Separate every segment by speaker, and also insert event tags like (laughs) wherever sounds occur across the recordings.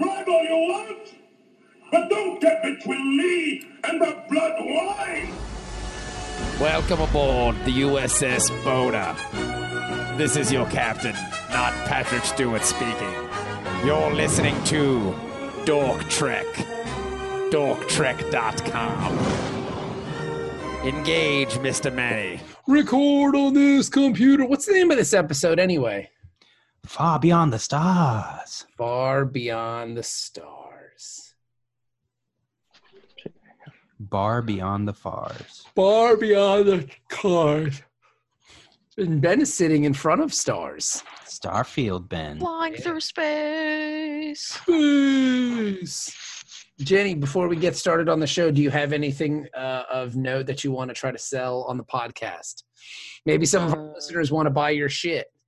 Speaker 1: all you want, but don't get between me and the blood wine.
Speaker 2: Welcome aboard the USS Boda. This is your captain, not Patrick Stewart speaking. You're listening to Dork Trek. DorkTrek.com. Engage, Mr. Manny.
Speaker 3: Record on this computer. What's the name of this episode anyway?
Speaker 4: Far beyond the stars.
Speaker 3: Far Beyond the Stars.
Speaker 4: Bar beyond the fars.
Speaker 3: Far Beyond the Stars. And Ben is sitting in front of stars.
Speaker 4: Starfield Ben.
Speaker 5: Flying through space.
Speaker 3: Peace. Jenny, before we get started on the show, do you have anything uh, of note that you want to try to sell on the podcast? Maybe some of our
Speaker 5: Uh.
Speaker 3: listeners want to buy your shit.
Speaker 5: (laughs)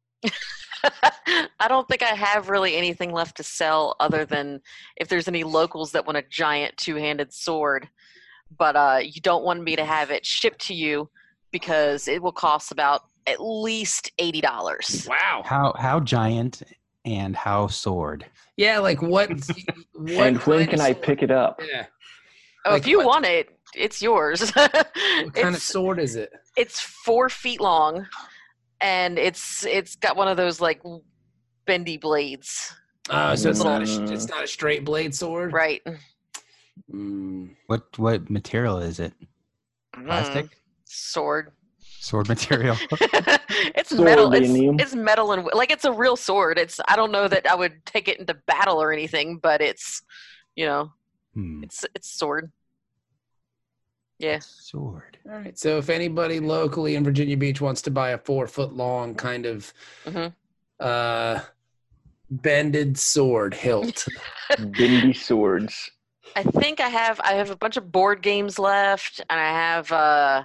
Speaker 5: I don't think I have really anything left to sell other than if there's any locals that want a giant two handed sword. But uh, you don't want me to have it shipped to you because it will cost about at least $80.
Speaker 3: Wow.
Speaker 4: How how giant and how sword.
Speaker 3: Yeah, like (laughs) what? what
Speaker 6: and when
Speaker 3: kind
Speaker 6: can
Speaker 3: of
Speaker 6: I
Speaker 3: sword-
Speaker 6: pick it up?
Speaker 3: Yeah.
Speaker 5: Oh,
Speaker 3: Like
Speaker 5: if you
Speaker 3: what?
Speaker 5: want it, it's yours. (laughs)
Speaker 3: What kind of
Speaker 5: It's-
Speaker 3: sword is it?
Speaker 5: it's four feet long and it's it's got one of those like bendy blades
Speaker 3: Oh, so it's not a, sh-
Speaker 6: Mm.
Speaker 3: it's not a straight blade sword.
Speaker 5: right
Speaker 3: Mm.
Speaker 4: What what material is it? Plastic?
Speaker 5: Mm, sword
Speaker 4: Sword material. (laughs)
Speaker 5: it's
Speaker 6: Sword,
Speaker 5: metal it's,
Speaker 6: Liam.
Speaker 5: it's metal and like it's a real sword it's i don't know that i would take it into battle or anything but it's you know
Speaker 4: Hmm.
Speaker 5: it's it's sword yeah
Speaker 4: Sword.
Speaker 3: All right. So if anybody locally in Virginia Beach wants to buy a four foot long kind of
Speaker 5: Mhm.
Speaker 3: uh, bended sword hilt,
Speaker 6: Bendy swords.
Speaker 5: i think i have i have a bunch of board games left and i have uh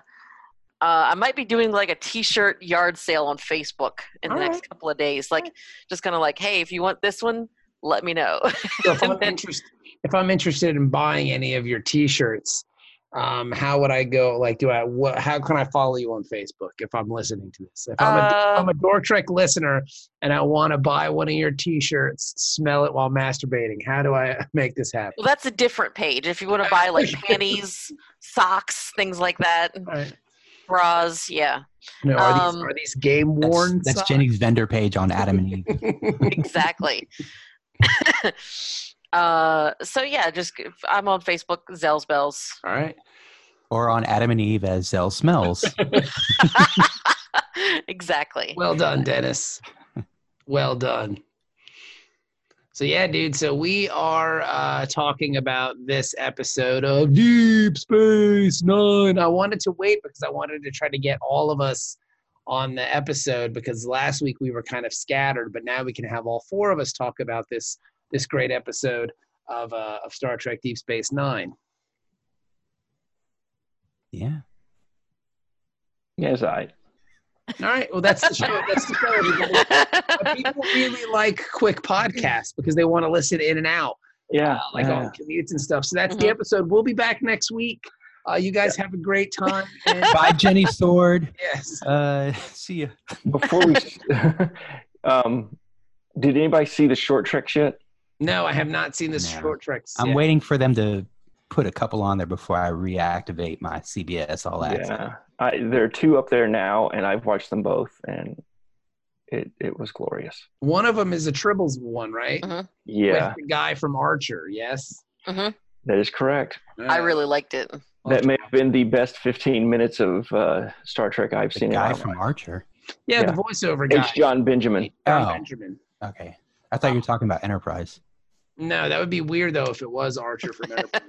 Speaker 5: uh, I might be doing like a T-shirt yard sale on Facebook in the next couple of days. Like, just kind of like, hey, if you want this one, let me know. (laughs)
Speaker 3: So if, I'm interest, if I'm interested in buying any of your T-shirts, um, how would I go? Like, do I? What? How can I follow you on Facebook if I'm listening to this? If I'm, a, I'm a Dork Trek listener and I want to buy one of your T-shirts, smell it while masturbating. How do I (laughs) make this happen?
Speaker 5: Well, that's a different page. If you want to buy like panties, socks, things like that,
Speaker 3: All right.
Speaker 5: bras, yeah,
Speaker 3: No, are, these,
Speaker 5: Um,
Speaker 3: are these game
Speaker 4: That's,
Speaker 3: worn?
Speaker 4: that's Jenny's vendor page on Adam and Eve.
Speaker 5: exactly. (laughs) uh, so yeah, just I'm on Facebook, Zell's Bells. (laughs)
Speaker 3: All right.
Speaker 4: Or on Adam and Eve as Zell smells.
Speaker 5: exactly.
Speaker 3: Well done, Dennis. Well done. So yeah, dude. So we are uh, talking about this episode of Deep Space Nine. I wanted to wait because I wanted to try to get all of us on the episode because last week we were kind of scattered, but now we can have all four of us talk about this this great episode of uh, of Star Trek Deep Space Nine.
Speaker 4: yeah.
Speaker 6: Yes, I.
Speaker 3: All right. Well, that's the show. That's the show. everybody. But people really like quick podcasts because they want to listen in and out, uh,
Speaker 6: Yeah.
Speaker 3: like
Speaker 6: yeah.
Speaker 3: on commutes and stuff. So
Speaker 5: Mm-hmm.
Speaker 3: that's the episode. We'll be back next week. Uh, you guys have a great
Speaker 6: (laughs)
Speaker 3: time. And
Speaker 4: Buy Jenny sword.
Speaker 3: yes.
Speaker 4: Uh see ya. (laughs)
Speaker 6: Before we, (laughs) um, did anybody see the short tricks yet?
Speaker 3: No, I have not seen this
Speaker 4: No.
Speaker 3: short trick.
Speaker 4: I'm
Speaker 3: yet.
Speaker 4: waiting for them to put a couple on there before I reactivate my CBS All Access.
Speaker 6: Yeah. I, there are two up there now, and I've watched them both, and it it was glorious.
Speaker 3: One of them is a Tribbles one, right?
Speaker 5: Mhm.
Speaker 6: Yeah,
Speaker 3: With the guy from Archer. Yes. Uh,
Speaker 6: that is correct.
Speaker 5: I really liked it.
Speaker 6: That may have been the best 15 minutes of uh, Star Trek I've
Speaker 4: The
Speaker 6: seen. in my
Speaker 4: guy
Speaker 6: life.
Speaker 4: from Archer.
Speaker 3: yeah,
Speaker 6: yeah.
Speaker 3: the voiceover guy.
Speaker 6: H. John Benjamin.
Speaker 3: John
Speaker 4: Oh.
Speaker 3: Benjamin.
Speaker 4: Okay. I thought you were talking about Enterprise.
Speaker 3: No, that would be weird though if it was Archer from
Speaker 5: (laughs)
Speaker 3: Enterprise.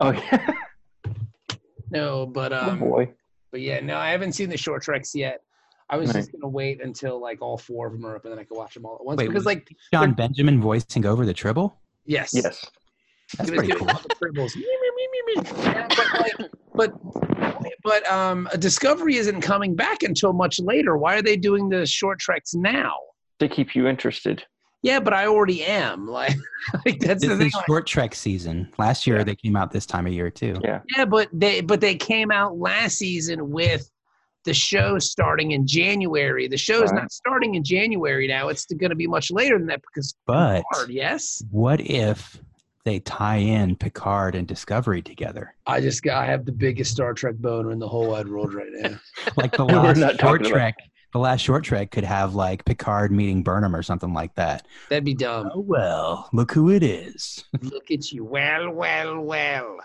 Speaker 6: Oh (laughs) yeah.
Speaker 3: no, but
Speaker 6: Oh,
Speaker 3: um,
Speaker 6: boy.
Speaker 3: But yeah, no, I haven't seen the short treks yet. I was
Speaker 6: Right.
Speaker 3: just gonna wait until like all four of them are up, and then I could watch them all at once.
Speaker 4: Wait,
Speaker 3: because
Speaker 4: was-
Speaker 3: like,
Speaker 4: John Benjamin voicing over the Tribble.
Speaker 3: yes,
Speaker 6: Yes.
Speaker 4: That's
Speaker 3: he was
Speaker 4: pretty
Speaker 3: doing (laughs)
Speaker 4: cool.
Speaker 3: all the tribbles. Me, me, me, me, me. Yeah, but, like, but but um, Discovery isn't coming back until much later. Why are they doing the short treks now?
Speaker 6: To keep you interested.
Speaker 3: Yeah, but I already am. (laughs) Like, like that's
Speaker 4: This
Speaker 3: the thing.
Speaker 4: is short Trek season. Last year they came out this time of year too.
Speaker 6: Yeah.
Speaker 3: Yeah, but they but they came out last season with the show starting in January. The show is
Speaker 6: Right.
Speaker 3: not starting in January now. It's going to be much later than that because
Speaker 4: But
Speaker 3: (laughs) Picard, yes.
Speaker 4: what if they tie in Picard and Discovery together?
Speaker 3: I just got I have the biggest Star Trek boner in the whole wide world right now.
Speaker 4: Like the
Speaker 6: We're not
Speaker 4: last short
Speaker 6: talking about-
Speaker 4: trek. The last short trek could have like Picard meeting Burnham or something like that.
Speaker 3: (laughs) That'd be dumb.
Speaker 4: Oh well, look who it is.
Speaker 3: Look at you. Well, well, (laughs) well.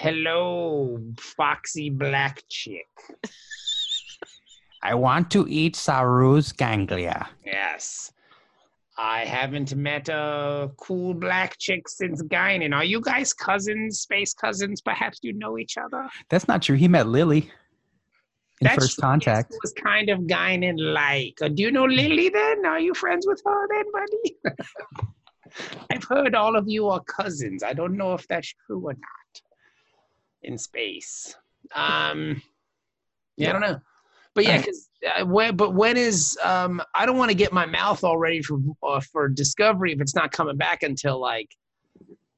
Speaker 3: Hello, foxy black chick.
Speaker 4: I want to eat Saru's ganglia.
Speaker 3: Yes. I haven't met a cool black chick since Guinan. Are you guys cousins, space cousins? Perhaps you know each other?
Speaker 4: That's not true. He met Lily in
Speaker 3: That's
Speaker 4: first
Speaker 3: true.
Speaker 4: contact.
Speaker 3: Yes, it was kind of Guinan like. Do you know Lily then? Are you friends with her then, buddy? (laughs) I've heard all of you are cousins. I don't know if that's true or not in space. Um, yeah, I don't know. But yeah, because uh, when, but when is um, I don't want to get my mouth all ready for uh, for Discovery if it's not coming back until like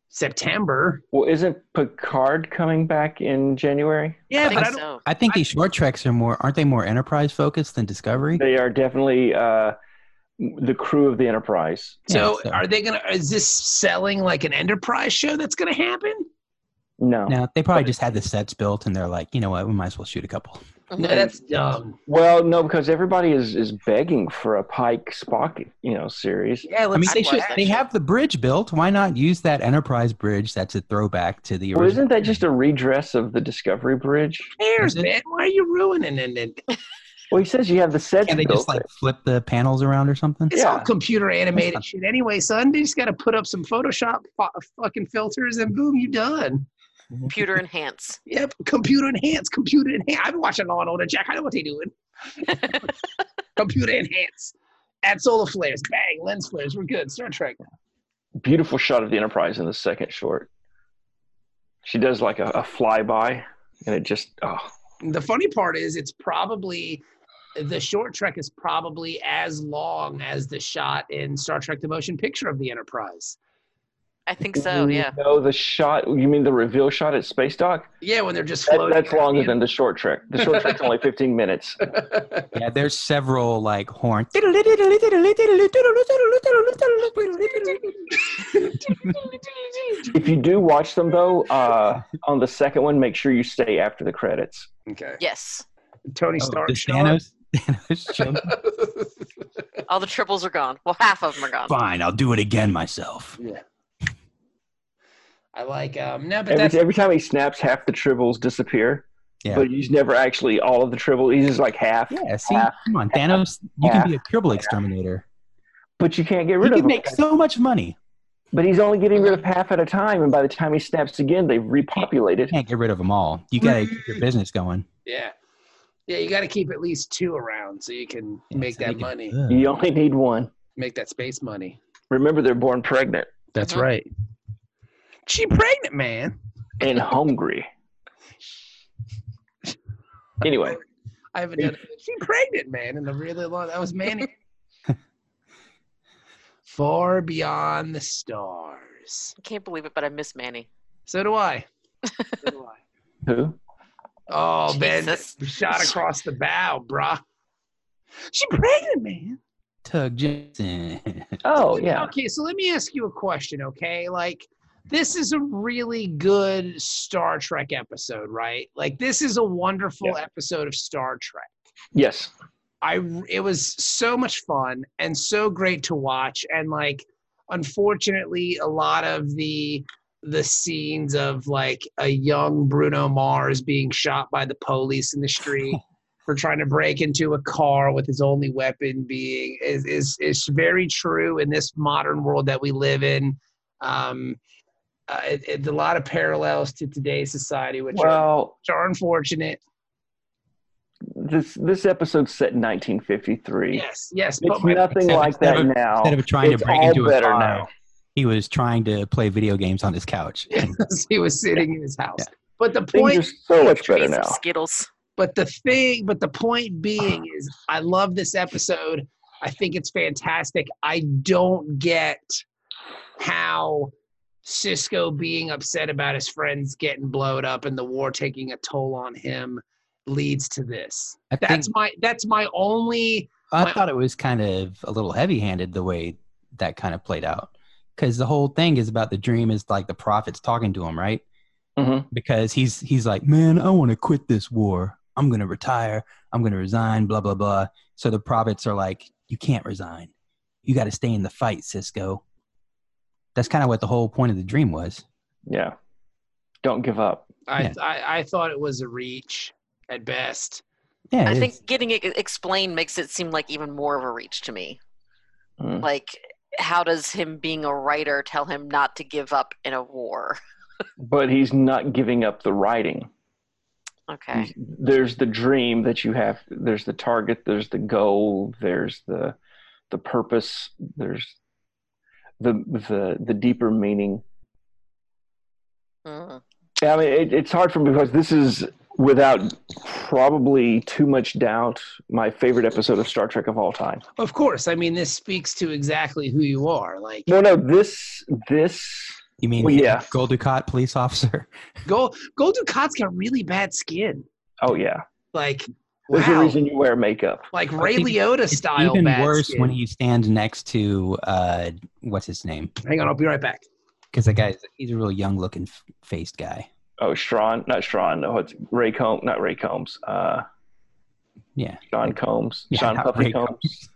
Speaker 3: September.
Speaker 6: Well, isn't Picard coming back in January?
Speaker 3: Yeah,
Speaker 5: I
Speaker 3: but I
Speaker 5: think
Speaker 3: don't.
Speaker 5: so.
Speaker 4: I think these short treks are more aren't they more enterprise focused than Discovery?
Speaker 6: They are definitely uh, the crew of the Enterprise.
Speaker 3: So,
Speaker 4: Yeah, so-
Speaker 3: are they gonna? Is this selling like an enterprise show that's gonna happen?
Speaker 6: No.
Speaker 4: No, they probably just had the sets built and they're like, you know what, we might as well shoot a couple.
Speaker 3: No, that's dumb.
Speaker 6: Well, no, because everybody is, is begging for a Pike Spock, you know, series.
Speaker 3: Yeah,
Speaker 4: I
Speaker 3: let's
Speaker 4: mean, (laughs)
Speaker 5: I'd
Speaker 4: they
Speaker 5: watch
Speaker 4: should.
Speaker 5: that
Speaker 4: They
Speaker 5: show.
Speaker 4: have the bridge built. Why not use that Enterprise bridge? That's a throwback to the
Speaker 6: Well,
Speaker 4: original.
Speaker 6: isn't that just a redress of the Discovery Bridge?
Speaker 3: cares,
Speaker 4: Is it-
Speaker 3: man? Why are you ruining it? It's
Speaker 6: Well, he says you have the sets
Speaker 4: Can they
Speaker 6: built.
Speaker 4: just like flip the panels around or something?
Speaker 6: Yeah.
Speaker 3: all computer animated
Speaker 4: That's
Speaker 3: shit anyway, son. They just got to put up some Photoshop fo- fucking filters and boom, you done.
Speaker 5: Computer enhance.
Speaker 3: Yep, computer enhanced, computer enhanced. I've been watching Law and Order, Jack. I know what they doing. computer enhanced. Add solar flares, bang, lens flares. We're good. Star Trek.
Speaker 6: Beautiful shot of the Enterprise in the second short. She does like a, a flyby, and it just, oh,
Speaker 3: the funny part is it's probably the short trek is probably as long as the shot in Star Trek the Motion Picture of the Enterprise.
Speaker 5: I think so.
Speaker 3: Mm-hmm.
Speaker 5: Yeah.
Speaker 6: No, the shot. You mean the reveal shot at Space Dock?
Speaker 3: Yeah, when they're just
Speaker 6: That,
Speaker 3: floating.
Speaker 6: that's
Speaker 3: out,
Speaker 6: longer
Speaker 3: you know?
Speaker 6: than the short trek. The short trek's only 15 minutes.
Speaker 4: Yeah, there's several like horn. (laughs)
Speaker 6: If you do watch them though, uh, on the second one, make sure you stay after the credits.
Speaker 3: okay.
Speaker 5: Yes.
Speaker 3: Tony
Speaker 4: Oh,
Speaker 3: Stark.
Speaker 4: the Thanos, Thanos (laughs) jump.
Speaker 5: All the triples are gone. Well, half of them are gone.
Speaker 4: Fine, I'll do it again myself.
Speaker 3: yeah. I like um no, but that's
Speaker 6: Every, every time he snaps, half the tribbles disappear.
Speaker 4: Yeah.
Speaker 6: But he's never actually all of the tribbles. He's just like half.
Speaker 4: Yeah, see,
Speaker 6: Half.
Speaker 4: come on, Thanos. You can
Speaker 6: Half.
Speaker 4: be a cribble exterminator.
Speaker 6: But you can't get
Speaker 4: You
Speaker 6: rid of
Speaker 4: could
Speaker 6: him.
Speaker 4: make so much money.
Speaker 6: But he's only getting rid of half at a time, and by the time he snaps again, they've repopulated.
Speaker 4: You can't get rid of them all. You gotta keep
Speaker 6: Mm.
Speaker 4: your business going.
Speaker 3: yeah. Yeah, you gotta keep at least two around so you can
Speaker 4: Yeah,
Speaker 3: make
Speaker 4: so
Speaker 3: that
Speaker 4: they can-
Speaker 3: money.
Speaker 4: Ugh.
Speaker 6: You only need one.
Speaker 3: Make that space money.
Speaker 6: Remember, they're born pregnant
Speaker 3: That's
Speaker 5: Mhm.
Speaker 3: right. She pregnant, man.
Speaker 6: and hungry. Anyway,
Speaker 3: I haven't
Speaker 6: (laughs)
Speaker 3: done it. She pregnant, man, in a really long. That was
Speaker 4: (laughs)
Speaker 3: Manny. Far beyond the stars.
Speaker 5: I can't believe it, but I miss Manny.
Speaker 3: So do I. So do I.
Speaker 6: who?
Speaker 3: Oh,
Speaker 5: Jesus.
Speaker 3: Ben shot across the bow, bruh. She pregnant, man.
Speaker 4: Tug (laughs) Johnson.
Speaker 6: Oh, yeah.
Speaker 3: Okay, so let me ask you a question, okay? Like, this is a really good Star Trek episode, right? Like, this is a wonderful
Speaker 6: Yeah.
Speaker 3: episode of Star Trek.
Speaker 6: Yes.
Speaker 3: I it was so much fun and so great to watch and like unfortunately a lot of the the scenes of like a young Bruno Mars being shot by the police in the
Speaker 6: (laughs)
Speaker 3: street for trying to break into a car with his only weapon being is is is very true in this modern world that we live in. Um, uh, it, it, a lot of parallels to today's society, which, are,
Speaker 6: Well,
Speaker 3: which are unfortunate.
Speaker 6: this this episode's set in 1953.
Speaker 3: Yes, yes,
Speaker 6: It's
Speaker 3: my-
Speaker 6: nothing
Speaker 4: Instead of-
Speaker 6: like that
Speaker 4: instead of-
Speaker 6: now.
Speaker 4: instead of trying to
Speaker 6: Oh, It's
Speaker 4: break
Speaker 6: all
Speaker 4: into a
Speaker 6: better
Speaker 4: car.
Speaker 6: now.
Speaker 4: He was trying to play video games on his couch.
Speaker 3: (laughs) because he was sitting in his house. But the
Speaker 6: Things
Speaker 3: point,
Speaker 6: are so much better
Speaker 5: Trees of
Speaker 6: now.
Speaker 5: Skittles.
Speaker 3: but the thing, but the point being is, I love this episode. I think it's fantastic. I don't get how Cisco being upset about his friends getting blown up and the war taking a toll on him leads to this.
Speaker 4: I
Speaker 3: That's
Speaker 4: think-
Speaker 3: my that's my only
Speaker 4: I
Speaker 3: my-
Speaker 4: thought it was kind of a little heavy-handed the way that kind of played out, because the whole thing is about the dream is like the prophet's talking to him, right?
Speaker 6: Mhm.
Speaker 4: Because he's he's like, man, I want to quit this war. I'm gonna retire. I'm gonna resign. Blah blah blah. So the prophets are like, you can't resign. You got to stay in the fight, Cisco. That's kind of what the whole point of the dream was.
Speaker 6: Yeah. Don't give up.
Speaker 3: I,
Speaker 4: Yeah.
Speaker 3: I I thought it was a reach at best.
Speaker 4: Yeah,
Speaker 5: I
Speaker 4: it
Speaker 5: think
Speaker 4: is.
Speaker 5: getting it explained makes it seem like even more of a reach to me.
Speaker 6: Mm.
Speaker 5: Like, how does him being a writer tell him not to give up in a war?
Speaker 6: But he's not giving up the writing.
Speaker 5: Okay.
Speaker 6: there's the dream that you have there's the target there's the goal there's the the purpose there's the the the deeper meaning
Speaker 3: Mm-hmm.
Speaker 5: Mm.
Speaker 6: i mean it, it's hard for me because this is without probably too much doubt my favorite episode of star trek of all time
Speaker 3: Of course, I mean this speaks to exactly who you are. Like
Speaker 6: no no this this
Speaker 4: you mean
Speaker 6: well, yeah.
Speaker 4: Gold Ducat police
Speaker 5: (laughs)
Speaker 4: officer.
Speaker 3: Gold Gold Dukat's got really bad skin.
Speaker 6: oh yeah
Speaker 3: Like
Speaker 6: there's a
Speaker 3: wow,
Speaker 6: reason you wear makeup
Speaker 3: like Ray
Speaker 4: think
Speaker 3: Liotta
Speaker 4: It's
Speaker 3: style.
Speaker 4: even
Speaker 3: bad
Speaker 4: worse
Speaker 3: skin.
Speaker 4: when he stands next to uh, what's his name?
Speaker 3: Hang on, I'll be right back.
Speaker 4: Because that guy, he's a real young-looking f- faced guy.
Speaker 6: oh Strawn, not Strawn. no it's ray combs not ray combs uh
Speaker 4: Yeah.
Speaker 6: sean combs
Speaker 4: Yeah,
Speaker 6: sean
Speaker 4: not
Speaker 6: puffy
Speaker 4: Ray
Speaker 6: combs.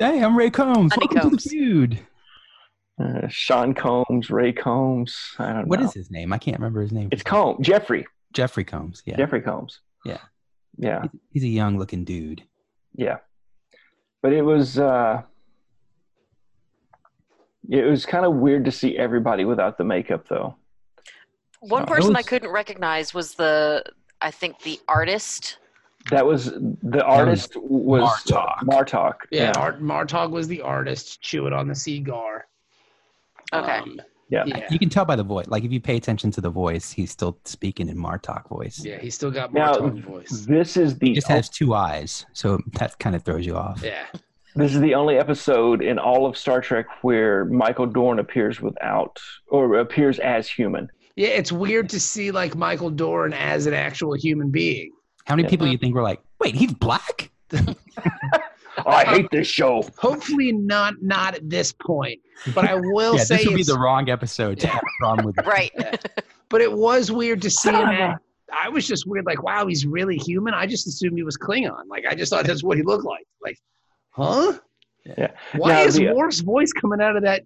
Speaker 4: Hey, I'm Ray Combs.
Speaker 5: Honey
Speaker 4: Welcome
Speaker 5: Combs.
Speaker 4: to the feud.
Speaker 6: Uh, Sean Combs, Ray Combs. I don't
Speaker 4: What
Speaker 6: know.
Speaker 4: is his name? I can't remember his name.
Speaker 6: It's Combs. Jeffrey.
Speaker 4: Jeffrey Combs. Yeah,
Speaker 6: Jeffrey Combs.
Speaker 4: Yeah.
Speaker 6: Yeah.
Speaker 4: He's- he's a young-looking dude.
Speaker 6: Yeah. But it was uh it was kind of weird to see everybody without the makeup though.
Speaker 5: One
Speaker 4: Uh,
Speaker 5: person I
Speaker 4: those-
Speaker 5: couldn't recognize was the, I think, the artist.
Speaker 6: That was the artist was
Speaker 4: Martok.
Speaker 6: Martok.
Speaker 3: Yeah, Art Martog was the artist chewing on the cigar.
Speaker 5: Okay.
Speaker 3: Um,
Speaker 6: Yeah.
Speaker 3: yeah,
Speaker 4: You can tell by the voice. Like if you pay attention to the voice, he's still speaking in Martok voice.
Speaker 3: yeah, he still got
Speaker 6: Now-
Speaker 3: Martog voice.
Speaker 6: This is
Speaker 4: He
Speaker 6: the
Speaker 4: just has two eyes, so that kind of throws you off.
Speaker 3: Yeah,
Speaker 6: this is the only episode in all of Star Trek where Michael Dorn appears without or appears as human.
Speaker 3: yeah, it's weird to see like Michael Doran as an actual human being.
Speaker 4: How many
Speaker 6: Yeah.
Speaker 4: people you think were like, "Wait, he's black"?
Speaker 6: Oh, I hate this show.
Speaker 3: Hopefully not not at this point, but I will
Speaker 4: yeah,
Speaker 3: say
Speaker 4: this would be
Speaker 3: it's-
Speaker 4: the wrong episode to
Speaker 3: Yeah.
Speaker 4: have a
Speaker 3: (laughs)
Speaker 4: problem with.
Speaker 5: Right.
Speaker 3: But it was weird to see him.
Speaker 6: Son of
Speaker 3: At, I was just weird, like, wow, he's really human. I just assumed he was Klingon. Like, I just thought that's what he looked like. Like, huh?
Speaker 6: Yeah.
Speaker 3: Why
Speaker 6: Now,
Speaker 3: is
Speaker 6: the-
Speaker 3: Worf's voice coming out of that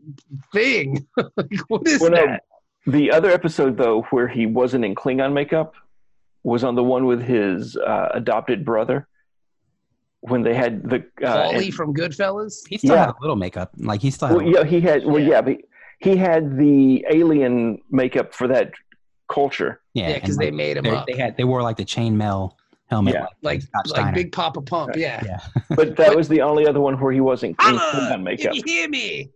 Speaker 3: thing? (laughs) like, what is
Speaker 6: Well, no,
Speaker 3: that?
Speaker 6: The other episode, though, where he wasn't in Klingon makeup, was on the one with his uh, adopted brother when they had the. Uh,
Speaker 3: Paulie from Goodfellas.
Speaker 4: He still
Speaker 6: Yeah.
Speaker 4: had a little makeup. Like he still had.
Speaker 6: well,
Speaker 4: a-
Speaker 6: yeah, he had. Well,
Speaker 3: Yeah.
Speaker 6: yeah, but he had the alien makeup for that culture.
Speaker 4: yeah,
Speaker 3: Yeah, because
Speaker 4: and,
Speaker 3: they
Speaker 4: like,
Speaker 3: made him
Speaker 4: they-
Speaker 3: up.
Speaker 4: they had they wore like the chainmail helmet,
Speaker 6: Yeah.
Speaker 3: like,
Speaker 4: Scott
Speaker 3: like
Speaker 4: Steiner.
Speaker 3: Big Papa Pump. Yeah.
Speaker 4: Yeah.
Speaker 6: But that was the only other one where he wasn't in
Speaker 3: Ah,
Speaker 6: Klingon
Speaker 3: Can (laughs)
Speaker 6: makeup.
Speaker 3: you hear me?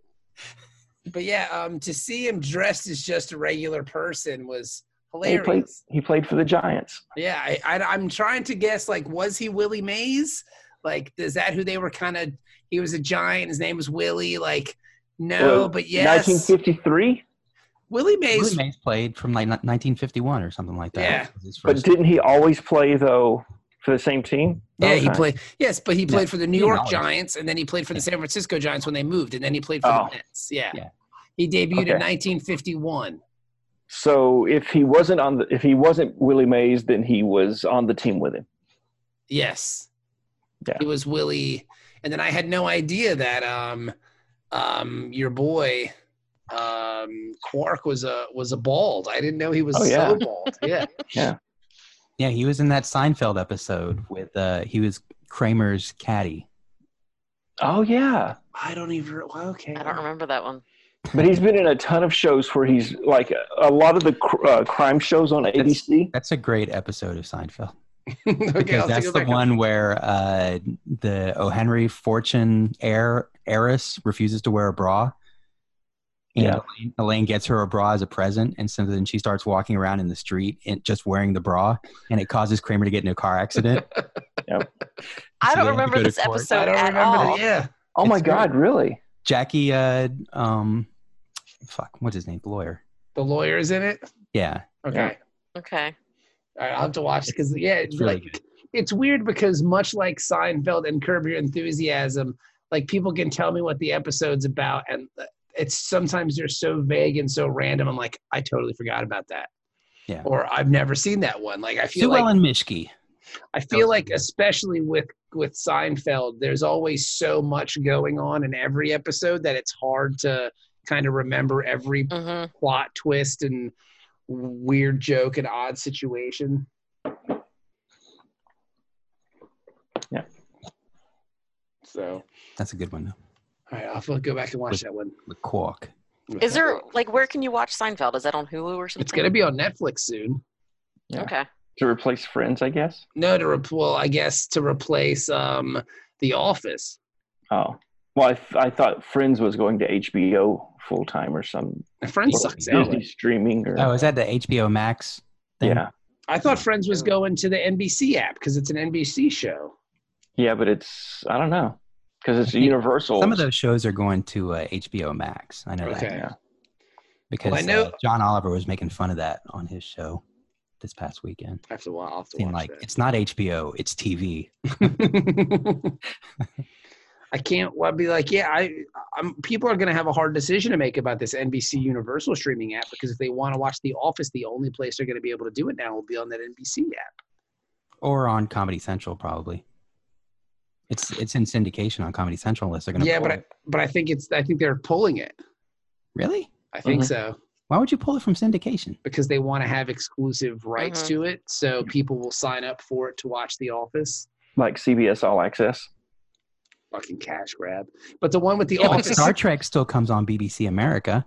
Speaker 3: But yeah, um, to see him dressed as just a regular person was
Speaker 6: He
Speaker 3: hilarious.
Speaker 6: played. He played for the Giants.
Speaker 3: Yeah, I, I, I'm trying to guess. Like, was he Willie Mays? Like, is that who they were kind of? He was a giant. His name was Willie. Like, no,
Speaker 6: Well,
Speaker 3: but yes,
Speaker 6: 1953.
Speaker 3: Willie Mays.
Speaker 4: Willie Mays played from like 1951 or something like that.
Speaker 3: Yeah.
Speaker 4: Was his
Speaker 6: But
Speaker 4: first-
Speaker 6: didn't he always play though for the same team?
Speaker 3: yeah, he
Speaker 6: Okay.
Speaker 3: played. Yes, but he
Speaker 4: Yeah,
Speaker 3: played for the New
Speaker 4: he and
Speaker 3: York
Speaker 4: Ollie.
Speaker 3: Giants, and then he played for the San Francisco Giants when they moved, and then he played for
Speaker 6: Oh.
Speaker 3: the Mets. Yeah.
Speaker 4: Yeah.
Speaker 3: He debuted
Speaker 6: Okay.
Speaker 3: in 1951.
Speaker 6: So if he wasn't on the if he wasn't Willie Mays, then he was on the team with him.
Speaker 3: Yes.
Speaker 6: Yeah.
Speaker 3: It was Willie. And then I had no idea that um um your boy um Quark was a was a bald. I didn't know he was
Speaker 6: Oh, yeah.
Speaker 3: so bald. Yeah. (laughs)
Speaker 4: yeah, he was in that Seinfeld episode with uh he was Kramer's caddy.
Speaker 6: Oh yeah,
Speaker 3: I don't even well, okay.
Speaker 5: I
Speaker 3: (laughs)
Speaker 5: don't remember that one.
Speaker 6: but he's been in a ton of shows where he's like a lot of the cr- uh, crime shows on ABC.
Speaker 4: That's a great episode of Seinfeld
Speaker 3: okay, I'll
Speaker 4: because
Speaker 3: have to
Speaker 4: that's
Speaker 3: go
Speaker 4: the
Speaker 3: back.
Speaker 4: one where uh the O Henry fortune heir heiress refuses to wear a bra. And
Speaker 6: Yeah.
Speaker 4: Elaine, Elaine gets her a bra as a present, and so then she starts walking around in the street and just wearing the bra, and it causes Kramer to get in a car accident.
Speaker 3: (laughs)
Speaker 5: I
Speaker 4: they had
Speaker 5: don't
Speaker 4: to
Speaker 5: remember
Speaker 4: go to
Speaker 5: this
Speaker 4: court.
Speaker 5: episode
Speaker 3: I don't
Speaker 5: at
Speaker 3: remember
Speaker 5: all.
Speaker 3: that. Yeah.
Speaker 6: Oh my
Speaker 4: It's
Speaker 6: God, really?
Speaker 4: Jackie, uh, um, fuck, what's his name? The lawyer.
Speaker 3: The lawyer's in it.
Speaker 4: Yeah,
Speaker 3: (laughs) Okay.
Speaker 6: Yeah.
Speaker 5: Okay.
Speaker 3: All right, I'll have to watch because yeah, it's
Speaker 4: It's really
Speaker 3: like
Speaker 4: good.
Speaker 3: it's weird because much like Seinfeld and Curb Your Enthusiasm, like people can tell me what the episode's about, and uh, it's sometimes they're so vague and so random. I'm like, I totally forgot about that.
Speaker 4: Yeah.
Speaker 3: Or I've never seen that one. Like I feel
Speaker 4: Sue
Speaker 3: like
Speaker 4: Ellen Mishke.
Speaker 3: I feel like especially with with Seinfeld, there's always so much going on in every episode that it's hard to kind of remember every
Speaker 5: hmm
Speaker 3: plot twist and weird joke and odd situation.
Speaker 6: Yeah.
Speaker 3: So,
Speaker 4: That's a good one. though.
Speaker 3: all right, I'll have to go back and watch that one.
Speaker 4: The Quark.
Speaker 5: Is there like where can you watch Seinfeld? Is that on Hulu or something?
Speaker 3: It's gonna be on Netflix soon.
Speaker 6: Yeah.
Speaker 5: Okay.
Speaker 6: to replace Friends, I guess.
Speaker 3: No, to re- well, I guess to replace um The Office.
Speaker 6: Oh, well, I, th- I thought Friends was going to HBO full time or some
Speaker 3: Friends
Speaker 6: or
Speaker 3: sucks out.
Speaker 6: Disney streaming or
Speaker 4: Oh, is that the HBO Max? Thing?
Speaker 6: yeah,
Speaker 3: I thought Friends was going to the NBC app because it's an NBC show.
Speaker 6: yeah, but it's I don't know because it's
Speaker 4: think
Speaker 6: Universal.
Speaker 4: Some of those shows are going to uh, HBO Max. I know
Speaker 3: Okay.
Speaker 4: that because
Speaker 3: Well, I know-
Speaker 4: uh, John Oliver was making fun of that on his show this past weekend.
Speaker 3: I have to, wa- I'll have to
Speaker 4: Seemed
Speaker 3: watch
Speaker 4: like
Speaker 3: that.
Speaker 4: it's not HBO,
Speaker 3: (laughs)
Speaker 4: it's TV.
Speaker 3: I can't. well, I'd be like, yeah, I. I'm, people are going to have a hard decision to make about this NBC Universal streaming app because if they want to watch The Office, the only place they're going to be able to do it now will be on that NBC app.
Speaker 4: or on Comedy Central probably. It's it's in syndication on Comedy Central unless they're gonna.
Speaker 3: yeah,
Speaker 4: pull
Speaker 3: but I,
Speaker 4: it.
Speaker 3: but I think it's. I think they're pulling it.
Speaker 4: really,
Speaker 3: I think
Speaker 6: Mhm.
Speaker 3: so
Speaker 4: why would you pull it from syndication?
Speaker 3: because they want to have exclusive rights
Speaker 5: Mhm.
Speaker 3: to it, so people will sign up for it to watch The Office.
Speaker 6: like CBS All Access.
Speaker 3: Fucking cash grab. But the one with The
Speaker 4: Yeah, but
Speaker 3: Office,
Speaker 4: Star Trek still comes on BBC America.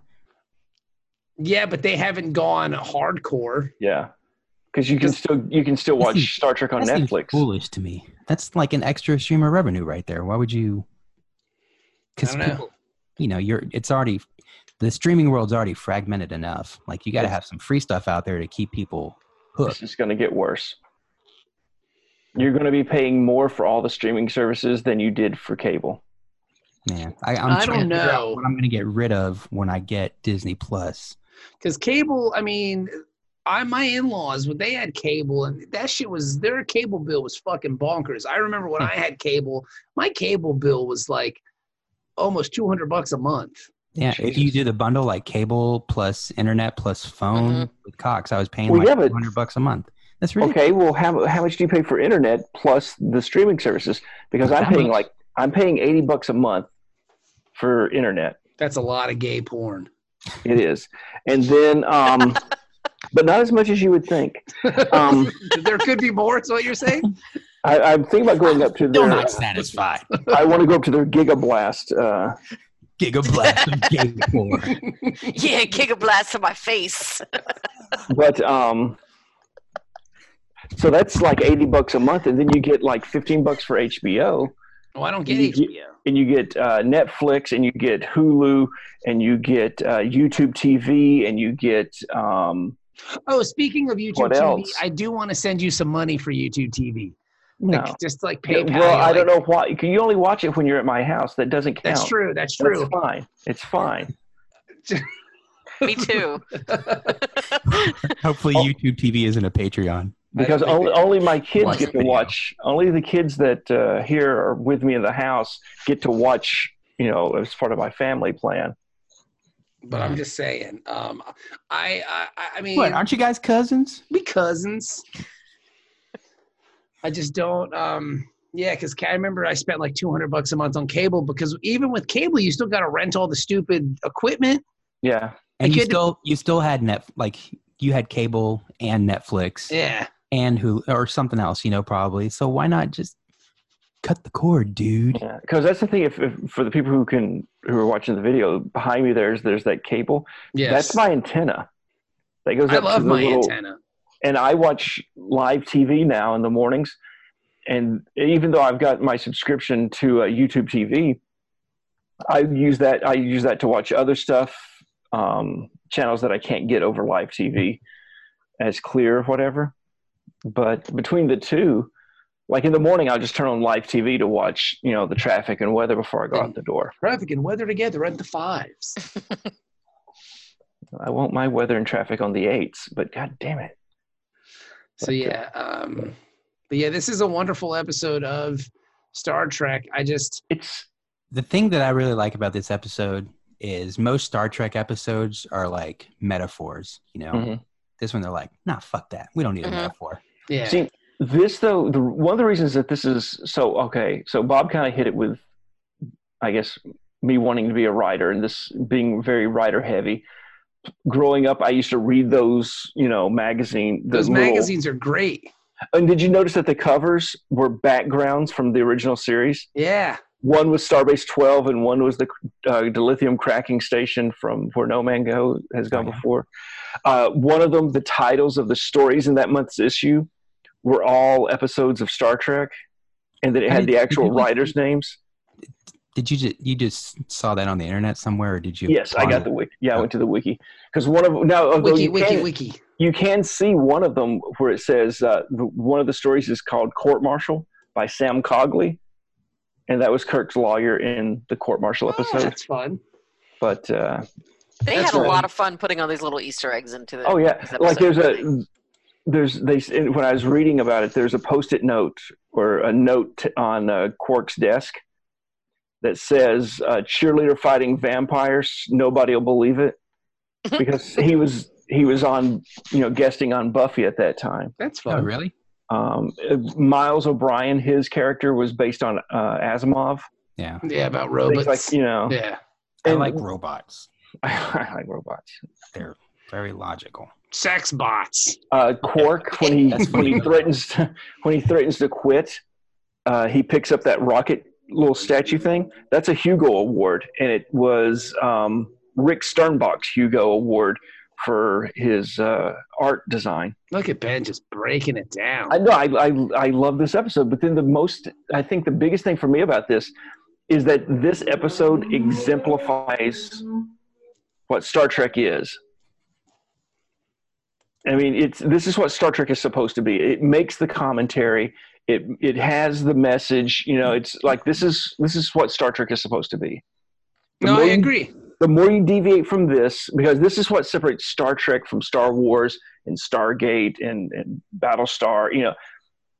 Speaker 3: (laughs) yeah, but they haven't gone hardcore.
Speaker 6: Yeah, because you can still you can still watch
Speaker 4: seems-
Speaker 6: Star Trek on
Speaker 4: That seems
Speaker 6: Netflix.
Speaker 4: Foolish to me. That's like an extra stream of revenue right there. Why would you? Because
Speaker 3: I don't know.
Speaker 4: people, you know, you're it's already the streaming world's already fragmented enough. Like you got to have some free stuff out there to keep people
Speaker 6: This
Speaker 4: hooked.
Speaker 6: is going to get worse. You're going to be paying more for all the streaming services than you did for cable.
Speaker 4: Man, I, I'm
Speaker 3: I
Speaker 4: trying
Speaker 3: don't
Speaker 4: to figure out
Speaker 3: know.
Speaker 4: what I'm going to get rid of when I get Disney Plus.
Speaker 3: Because cable, I mean, I my in-laws when they had cable and that shit was their cable bill was fucking bonkers. I remember when I had cable, my cable bill was like almost two hundred bucks a month.
Speaker 4: Yeah, if you do the bundle like cable plus internet plus phone with Cox, I was paying
Speaker 6: Well,
Speaker 4: like
Speaker 6: yeah, but-
Speaker 4: 200 bucks a month. That's really
Speaker 6: Okay, well, how how much do you pay for internet plus the streaming services? Because I'm
Speaker 4: How
Speaker 6: paying
Speaker 4: much?
Speaker 6: like I'm paying eighty bucks a month for internet.
Speaker 3: That's a lot of gay porn.
Speaker 6: It is, and then
Speaker 4: (laughs)
Speaker 6: um, but not as much as you would think. Um,
Speaker 3: (laughs) there could be more. It's what you're saying.
Speaker 6: I, I'm thinking about going up to
Speaker 4: still
Speaker 6: their.
Speaker 4: not satisfied.
Speaker 6: I want to go up to their Gigablast. Uh,
Speaker 4: Gigablast and Gigacore.
Speaker 5: Yeah, kick a blast to my face.
Speaker 6: but um so that's like 80 bucks a month and then you get like 15 bucks for hbo
Speaker 3: Oh, I don't get
Speaker 6: You-
Speaker 3: HBO.
Speaker 6: and you get uh, netflix and you get hulu and you get uh, youtube tv and you get um
Speaker 3: Oh, speaking of YouTube
Speaker 6: What
Speaker 3: TV,
Speaker 6: else?
Speaker 3: I do want to send you some money for YouTube TV. Like,
Speaker 6: no.
Speaker 3: just like PayPal.
Speaker 6: well i
Speaker 3: like-
Speaker 6: don't know why you only watch it when you're at my house that doesn't count
Speaker 3: That's true. That's
Speaker 6: That's
Speaker 3: true.
Speaker 6: fine it's fine
Speaker 3: (laughs)
Speaker 5: Me too.
Speaker 4: Hopefully,
Speaker 6: Oh.
Speaker 4: YouTube TV isn't a Patreon.
Speaker 6: because
Speaker 3: think
Speaker 6: only,
Speaker 3: they-
Speaker 6: only my kids
Speaker 4: Watch
Speaker 6: get
Speaker 4: the
Speaker 6: to
Speaker 4: video.
Speaker 6: watch only the kids that uh, here are with me in the house get to watch you know as part of my family plan
Speaker 3: But I'm just saying. Um, I, I, I- I mean,
Speaker 4: What? Aren't you guys cousins?
Speaker 3: we cousins. I just don't. Um, yeah, because I remember I spent like 200 bucks a month on cable because even with cable, you still got to rent all the stupid equipment.
Speaker 6: yeah
Speaker 4: And you
Speaker 3: could-
Speaker 4: still you still had net like you had cable and Netflix
Speaker 3: Yeah.
Speaker 4: and who or something else, you know, probably. So why not just cut the cord, dude?
Speaker 6: Yeah, because that's the thing. If, if for the people who can who are watching the video behind me, there's there's that cable.
Speaker 3: Yes.
Speaker 6: That's my antenna. That goes.
Speaker 3: I
Speaker 6: up to
Speaker 3: love
Speaker 6: the
Speaker 3: my
Speaker 6: little-
Speaker 3: antenna.
Speaker 6: And I watch live TV now in the mornings, and even though I've got my subscription to uh, YouTube TV, I use that. I use that to watch other stuff, um, channels that I can't get over live TV, as clear whatever. But between the two, like in the morning, I'll just turn on live TV to watch, you know, the traffic and weather before I go out the door.
Speaker 3: Traffic and weather together at the fives.
Speaker 6: I want my weather and traffic on the eights, but god damn it.
Speaker 3: So yeah, um, but yeah, this is a wonderful episode of Star Trek. I just
Speaker 6: It's
Speaker 4: the thing that I really like about this episode is most Star Trek episodes are like metaphors, you know.
Speaker 6: Mhm.
Speaker 4: This one they're like, nah, fuck that. We don't need a
Speaker 6: Mm-hmm.
Speaker 5: Mhm.
Speaker 4: metaphor.
Speaker 3: yeah,
Speaker 6: See, this though, the, one of the reasons that this is so okay. So Bob kind of hit it with, I guess, me wanting to be a writer and this being very writer heavy. Growing up, I used to read those, you know, magazine. the
Speaker 3: those
Speaker 6: little-
Speaker 3: magazines are great.
Speaker 6: And did you notice that the covers were backgrounds from the original series?
Speaker 3: Yeah,
Speaker 6: One was Starbase 12, and one was the uh, dilithium cracking station from where No Man Go has gone
Speaker 4: Oh, yeah.
Speaker 6: before. Uh, one of them, the titles of the stories in that month's issue, were all episodes of Star Trek, and then it
Speaker 4: I
Speaker 6: had
Speaker 4: did-
Speaker 6: the actual
Speaker 4: did you-
Speaker 6: writers' names.
Speaker 4: Did you just you just saw that on the internet somewhere or did you
Speaker 6: Yes, I got the wiki. Yeah, I went to the wiki because one of now although
Speaker 3: wiki,
Speaker 6: you
Speaker 3: wiki,
Speaker 6: can,
Speaker 3: wiki.
Speaker 6: you can see one of them where it says uh, the, one of the stories is called Court Martial by Sam Cogley, and that was Kirk's lawyer in the court martial
Speaker 4: Ah.
Speaker 6: episode.
Speaker 3: That's fun.
Speaker 6: But uh,
Speaker 5: They
Speaker 3: That's
Speaker 5: had a
Speaker 3: right.
Speaker 5: lot of fun putting all these little Easter eggs into the.
Speaker 6: oh yeah,
Speaker 5: these episodes,
Speaker 6: like there's
Speaker 5: really.
Speaker 6: a there's they and when I was reading about it, there's a post-it note or a note on uh, Quark's desk that says uh, "cheerleader fighting vampires." Nobody will believe it because he was he was on you know guesting on Buffy at that time.
Speaker 3: That's
Speaker 4: Oh
Speaker 3: fun.
Speaker 4: really?
Speaker 6: Um, Miles O'Brien, his character was based on uh, Asimov.
Speaker 4: Yeah.
Speaker 3: Yeah, about
Speaker 6: Things
Speaker 3: robots.
Speaker 6: like you know,
Speaker 3: yeah.
Speaker 4: I
Speaker 6: And-
Speaker 4: like robots.
Speaker 6: (laughs) I like robots.
Speaker 4: They're very logical.
Speaker 3: Sex bots.
Speaker 6: Uh, Quark, when he
Speaker 4: That's
Speaker 6: when he
Speaker 4: funny.
Speaker 6: threatens to, when he threatens to quit, uh, he picks up that rocket little statue thing. That's a Hugo Award, and it was um, Rick Sternbach's Hugo Award for his uh, art design.
Speaker 3: Look at Ben just breaking it down.
Speaker 6: I know I, I I love this episode, but then the most I think the biggest thing for me about this is that this episode exemplifies what Star Trek is. I mean, it's this is what Star Trek is supposed to be. It makes the commentary. It it has the message. You know, it's like this is this is what Star Trek is supposed to be. The
Speaker 3: no, I
Speaker 6: more you-
Speaker 3: agree.
Speaker 6: the more you deviate from this, because this is what separates Star Trek from Star Wars and Stargate and, and Battlestar. You know,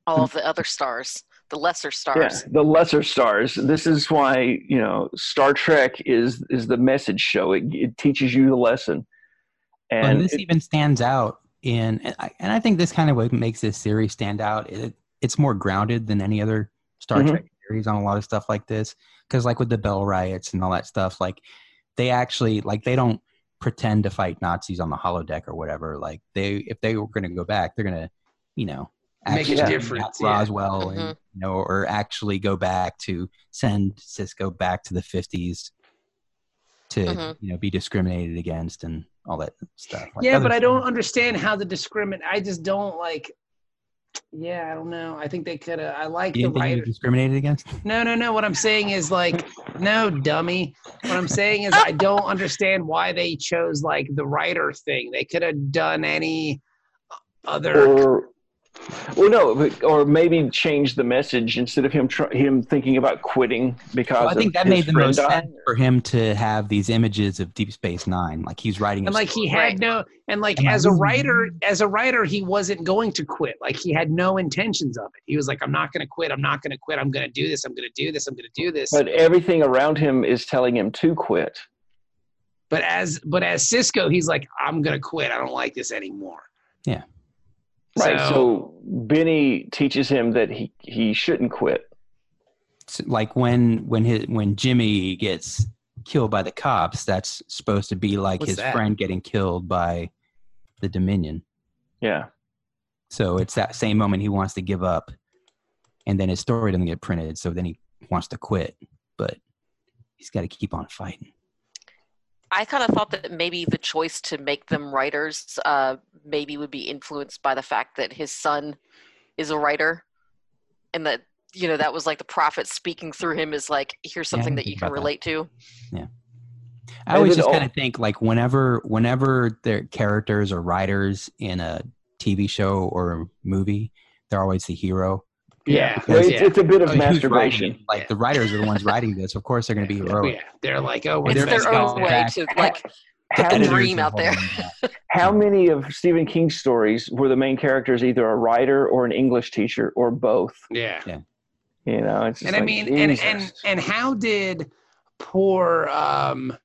Speaker 5: all of the other stars, the lesser stars.
Speaker 6: Yeah, the lesser stars. This is why you know Star Trek is is the message show. It, it teaches you the lesson,
Speaker 4: And,
Speaker 6: and
Speaker 4: this
Speaker 6: it-
Speaker 4: even stands out in, and I, and I think this kind of what makes this series stand out. It, it's more grounded than any other Star
Speaker 6: Mhm.
Speaker 4: Trek series on a lot of stuff like this. Because like with the Bell riots and all that stuff, like they actually like they don't pretend to fight Nazis on the holodeck or whatever. Like they, if they were going to go back, they're going to, you know,
Speaker 3: Make
Speaker 6: a
Speaker 4: out
Speaker 3: difference, yeah.
Speaker 4: Roswell, and,
Speaker 5: Mhm.
Speaker 4: you know, or actually go back to send Cisco back to the fifties to
Speaker 5: Mhm.
Speaker 3: Mm-hmm.
Speaker 4: you know be discriminated against and all that stuff. Like,
Speaker 3: yeah,
Speaker 4: other
Speaker 3: but I don't
Speaker 4: things-
Speaker 3: understand how the discriminate. I just don't like. Yeah, I don't know. I think they could have. I like the
Speaker 4: You didn't think you were
Speaker 3: writer.
Speaker 4: discriminated against?
Speaker 3: No, no, no. What I'm saying is like, no, dummy. What I'm saying is I don't understand why they chose like the writer thing. They could have done any other.
Speaker 6: or well, no, but- or maybe change the message instead of him tr- him thinking about quitting because
Speaker 4: Well, I think that
Speaker 6: of his
Speaker 4: made the
Speaker 6: friend
Speaker 4: most
Speaker 6: dying.
Speaker 4: sense for him to have these images of Deep Space Nine. Like he's writing, a
Speaker 3: and like he
Speaker 4: story.
Speaker 3: had
Speaker 5: Right.
Speaker 3: no and like
Speaker 4: Am I
Speaker 3: as a
Speaker 4: losing?
Speaker 3: writer as a writer he wasn't going to quit like he had no intentions of it he was like i'm not going to quit i'm not going to quit i'm going to do this i'm going to do this i'm going to do this
Speaker 6: But
Speaker 3: but,
Speaker 6: everything around him is telling him to quit.
Speaker 3: as but as cisco he's like i'm going to quit i don't like this anymore
Speaker 4: Yeah.
Speaker 6: Right. So, Benny teaches him that he he shouldn't quit.
Speaker 4: So, like when when his when Jimmy gets killed by the cops, that's supposed to be like
Speaker 3: What's
Speaker 4: his
Speaker 3: that?
Speaker 4: friend getting killed by the Dominion.
Speaker 6: Yeah.
Speaker 4: So it's that same moment he wants to give up, and then his story doesn't get printed. So then he wants to quit, but he's got to keep on fighting.
Speaker 5: I kind of thought that maybe the choice to make them writers uh, maybe would be influenced by the fact that his son is a writer, and that you know that was like the prophet speaking through him is like here's
Speaker 4: Yeah, I
Speaker 5: something
Speaker 4: didn't
Speaker 5: that you
Speaker 4: think
Speaker 5: can
Speaker 4: about that.
Speaker 5: relate to.
Speaker 4: I
Speaker 6: And
Speaker 4: always
Speaker 6: then
Speaker 4: just
Speaker 6: all-
Speaker 4: kind of think like whenever whenever their characters or writers in a TV show or movie, they're always the hero.
Speaker 3: yeah
Speaker 6: Well,
Speaker 3: yeah,
Speaker 6: it's,
Speaker 3: yeah.
Speaker 6: it's a bit of
Speaker 4: Like, who's
Speaker 6: masturbation.
Speaker 4: Oh, writing it? Like the writers are the ones writing this. Of course, they're going to be heroic.
Speaker 3: Yeah. they're like oh we're
Speaker 4: And
Speaker 5: It's
Speaker 3: the
Speaker 4: they're
Speaker 5: their
Speaker 3: best
Speaker 5: own
Speaker 3: guys
Speaker 4: going
Speaker 5: way
Speaker 3: ever.
Speaker 4: back.
Speaker 5: to like
Speaker 6: How
Speaker 5: editors
Speaker 6: many,
Speaker 5: dream
Speaker 4: are
Speaker 5: out there.
Speaker 4: holding back.
Speaker 6: how many of Stephen King's stories were the main character is either a writer or an English teacher or both?
Speaker 3: Yeah.
Speaker 6: You know, it's just
Speaker 3: and I
Speaker 6: like,
Speaker 3: mean, and, and
Speaker 6: Jesus.
Speaker 3: and how did poor um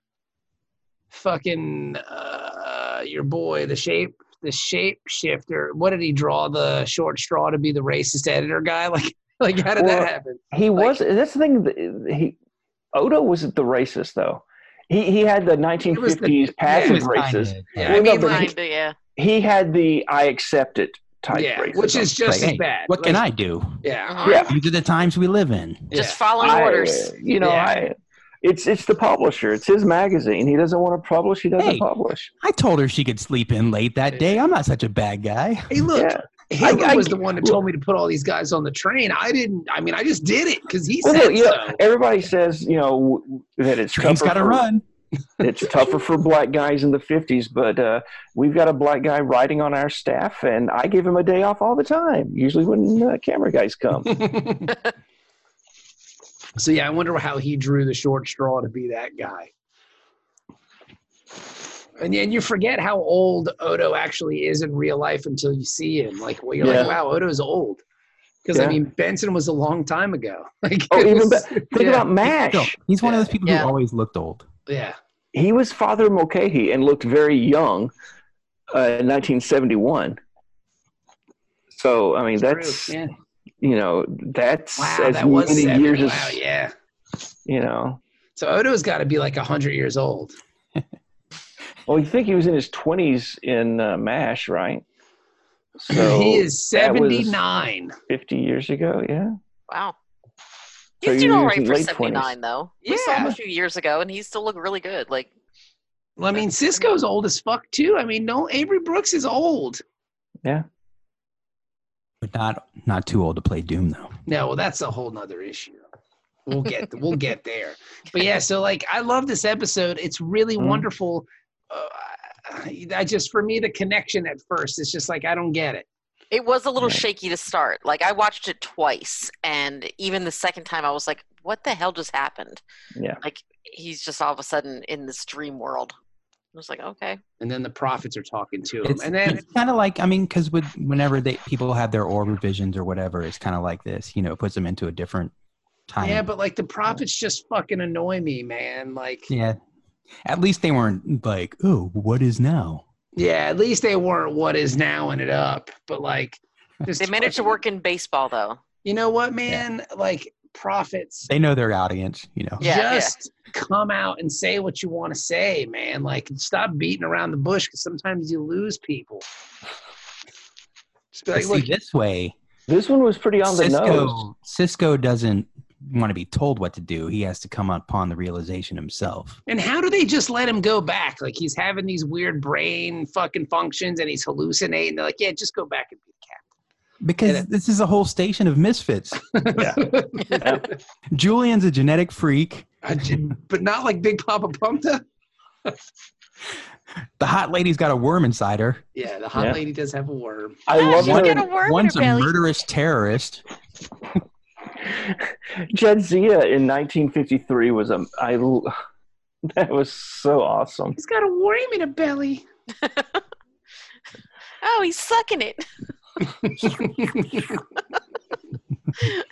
Speaker 3: fucking uh your boy the shape the shapeshifter? What did he draw the short straw to be the racist editor guy? (laughs) Like like how did
Speaker 6: Well,
Speaker 3: that happen?
Speaker 6: he
Speaker 3: like-
Speaker 6: was. That's the thing. that- He Odo was the racist though. He he had the 1950s
Speaker 4: It
Speaker 6: passive
Speaker 4: was kinda-
Speaker 6: (laughs) racist.
Speaker 3: Yeah,
Speaker 6: well,
Speaker 3: I
Speaker 6: no,
Speaker 3: mean
Speaker 6: but
Speaker 3: like
Speaker 5: Kinda, yeah.
Speaker 6: He had the I accept it type
Speaker 3: yeah, Uh-huh.
Speaker 6: racism.
Speaker 3: which is just
Speaker 4: Like,
Speaker 3: as
Speaker 4: hey,
Speaker 3: bad.
Speaker 4: What can
Speaker 3: Like,
Speaker 4: I do?
Speaker 3: Yeah.
Speaker 5: Mhm.
Speaker 6: Yeah.
Speaker 4: These are the times we live in.
Speaker 3: yeah.
Speaker 5: Just following
Speaker 6: I-
Speaker 5: orders.
Speaker 6: You know,
Speaker 3: Yeah.
Speaker 6: I. It's it's the publisher. It's his magazine. He doesn't want to publish. He doesn't
Speaker 4: Hey.
Speaker 6: publish.
Speaker 4: I told her she could sleep in late that day. I'm not such a bad guy.
Speaker 3: Hey, look,
Speaker 6: Yeah.
Speaker 3: Hitler
Speaker 6: I- I-
Speaker 3: was the one that told me to put all these guys on the train. I didn't. I mean, I just did it because he
Speaker 6: Well,
Speaker 3: said
Speaker 6: no, you know,
Speaker 3: so.
Speaker 6: everybody says you know w- w- that it's
Speaker 4: Train's
Speaker 6: tougher
Speaker 4: got to
Speaker 6: for-
Speaker 4: run.
Speaker 6: it's tougher for black guys in the 50s but uh, we've got a black guy riding on our staff and i give him a day off all the time usually when uh, camera
Speaker 3: (laughs)
Speaker 6: guys come
Speaker 3: so yeah, I wonder how he drew the short straw to be that guy. And then you forget how old Odo actually is in real life until you see him. Like, well, you're
Speaker 6: Yeah.
Speaker 3: like, wow, Odo's old. Because I
Speaker 6: Yeah.
Speaker 3: mean, Benson was a long time ago. (laughs) Like,
Speaker 6: Oh,
Speaker 3: it
Speaker 6: even
Speaker 3: was-
Speaker 6: ba- think
Speaker 3: (laughs) yeah,
Speaker 6: about
Speaker 4: No,
Speaker 6: mash
Speaker 4: he's one of those people
Speaker 5: Yeah.
Speaker 4: who always looked old.
Speaker 3: yeah,
Speaker 6: he was father mulcahy and looked very young uh, in 1971 so i mean that's
Speaker 3: True, yeah.
Speaker 6: you know that's
Speaker 3: wow,
Speaker 6: as
Speaker 3: that was
Speaker 6: many
Speaker 3: 70.
Speaker 6: years as
Speaker 3: wow, yeah.
Speaker 6: you know
Speaker 3: So Odo's got to be like hundred years old.
Speaker 6: well you think he was in his 20s in uh, mash right
Speaker 3: (laughs)
Speaker 6: so
Speaker 3: he is
Speaker 6: that was-
Speaker 3: seventy nine.
Speaker 6: 50 years ago yeah
Speaker 5: Wow.
Speaker 6: So
Speaker 5: He's
Speaker 6: you're
Speaker 5: doing all right
Speaker 6: using
Speaker 5: for
Speaker 6: late
Speaker 5: 79, though. We saw him
Speaker 3: Yeah.
Speaker 5: a few years ago, and he still looked really good. Like,
Speaker 3: Well, I mean, Cisco's old as fuck too. I mean, no, Avery Brooks is old.
Speaker 4: But not not too old to play Doom though.
Speaker 3: No, well, that's a whole nother issue. We'll
Speaker 4: (laughs)
Speaker 3: get we'll get there. But yeah, so like I love this episode. It's really
Speaker 4: Mm-hmm.
Speaker 6: Mhm.
Speaker 3: wonderful. Uh, I- I just for me the connection at first, it's just like I don't get it.
Speaker 5: it was a little
Speaker 6: Yeah.
Speaker 5: shaky to start. Like, I watched it twice, and even the second time, I was like, what the hell just happened?
Speaker 6: Yeah.
Speaker 5: Like, he's just all of a sudden in this dream world. I was like, okay.
Speaker 3: And then the prophets are talking to him,
Speaker 4: It's,
Speaker 3: and then
Speaker 4: it's kind of like I mean, because with whenever they people have their orb visions or whatever, it's kind of like this. You know, it puts them into a different time.
Speaker 3: yeah, but like the prophets just fucking annoy me, man. Like
Speaker 4: yeah. At least they weren't like, oh, what is now?
Speaker 3: yeah, at least they weren't what is now in it up, but
Speaker 4: (laughs)
Speaker 3: like just
Speaker 5: They managed to
Speaker 3: fucking-
Speaker 5: work in baseball, though.
Speaker 3: You know what, man? Like prophets
Speaker 4: They know their audience. You know.
Speaker 5: Yeah, yeah.
Speaker 3: just come out and say what you want to say, man. Like, stop beating around the bush because sometimes you lose people. Just be
Speaker 4: But
Speaker 3: like,
Speaker 4: see,
Speaker 3: look,
Speaker 4: this way,
Speaker 6: This one was pretty on the nose.
Speaker 4: Cisco, Cisco doesn't want to be told what to do. He has to come upon the realization himself.
Speaker 3: and how do they just let him go back? Like, he's having these weird brain fucking functions and he's hallucinating. They're like, yeah, just go back and be
Speaker 4: Because
Speaker 3: And
Speaker 4: this is a whole station of misfits.
Speaker 3: the captain.
Speaker 6: (laughs)
Speaker 4: Julian's a genetic freak.
Speaker 3: I did- but not like Big Papa Pumpta.
Speaker 4: The hot lady's got a worm inside her.
Speaker 3: Yeah, the hot
Speaker 6: Yeah.
Speaker 3: lady does have a worm.
Speaker 5: Oh,
Speaker 6: I love
Speaker 5: she's got
Speaker 6: when
Speaker 5: a worm in
Speaker 4: One's
Speaker 5: her
Speaker 4: a
Speaker 5: belly.
Speaker 4: murderous terrorist.
Speaker 6: Jadzia in 1953 was a. I l- (laughs) that was so awesome.
Speaker 3: He's got a worm in a belly.
Speaker 5: Oh, he's sucking it.
Speaker 4: (laughs)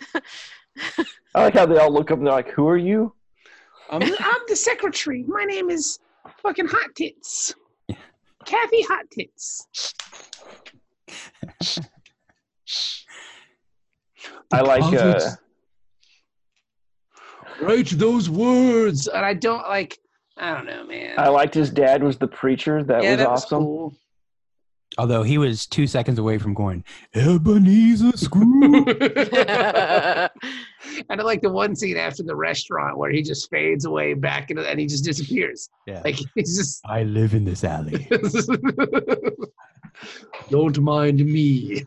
Speaker 6: I like how they all look up and they're like, "Who are you?"
Speaker 3: I'm, (laughs) I'm the secretary. My name is fucking Hot Tits. Kathy Hot Tits.
Speaker 6: I like. Uh,
Speaker 3: Write those words. And I don't like, I don't know, man.
Speaker 6: I liked his dad was the preacher. That
Speaker 3: yeah,
Speaker 6: was
Speaker 3: that
Speaker 6: awesome.
Speaker 3: was
Speaker 6: (laughs)
Speaker 3: cool. (laughs)
Speaker 4: Although he was two seconds away from going, Ebenezer
Speaker 3: (laughs)
Speaker 4: Scrooge.
Speaker 3: and I like the one scene after the restaurant where he just fades away back into, and he just disappears.
Speaker 4: Yeah.
Speaker 3: Like, (laughs) he's just.
Speaker 4: I live in this alley.
Speaker 3: don't mind me.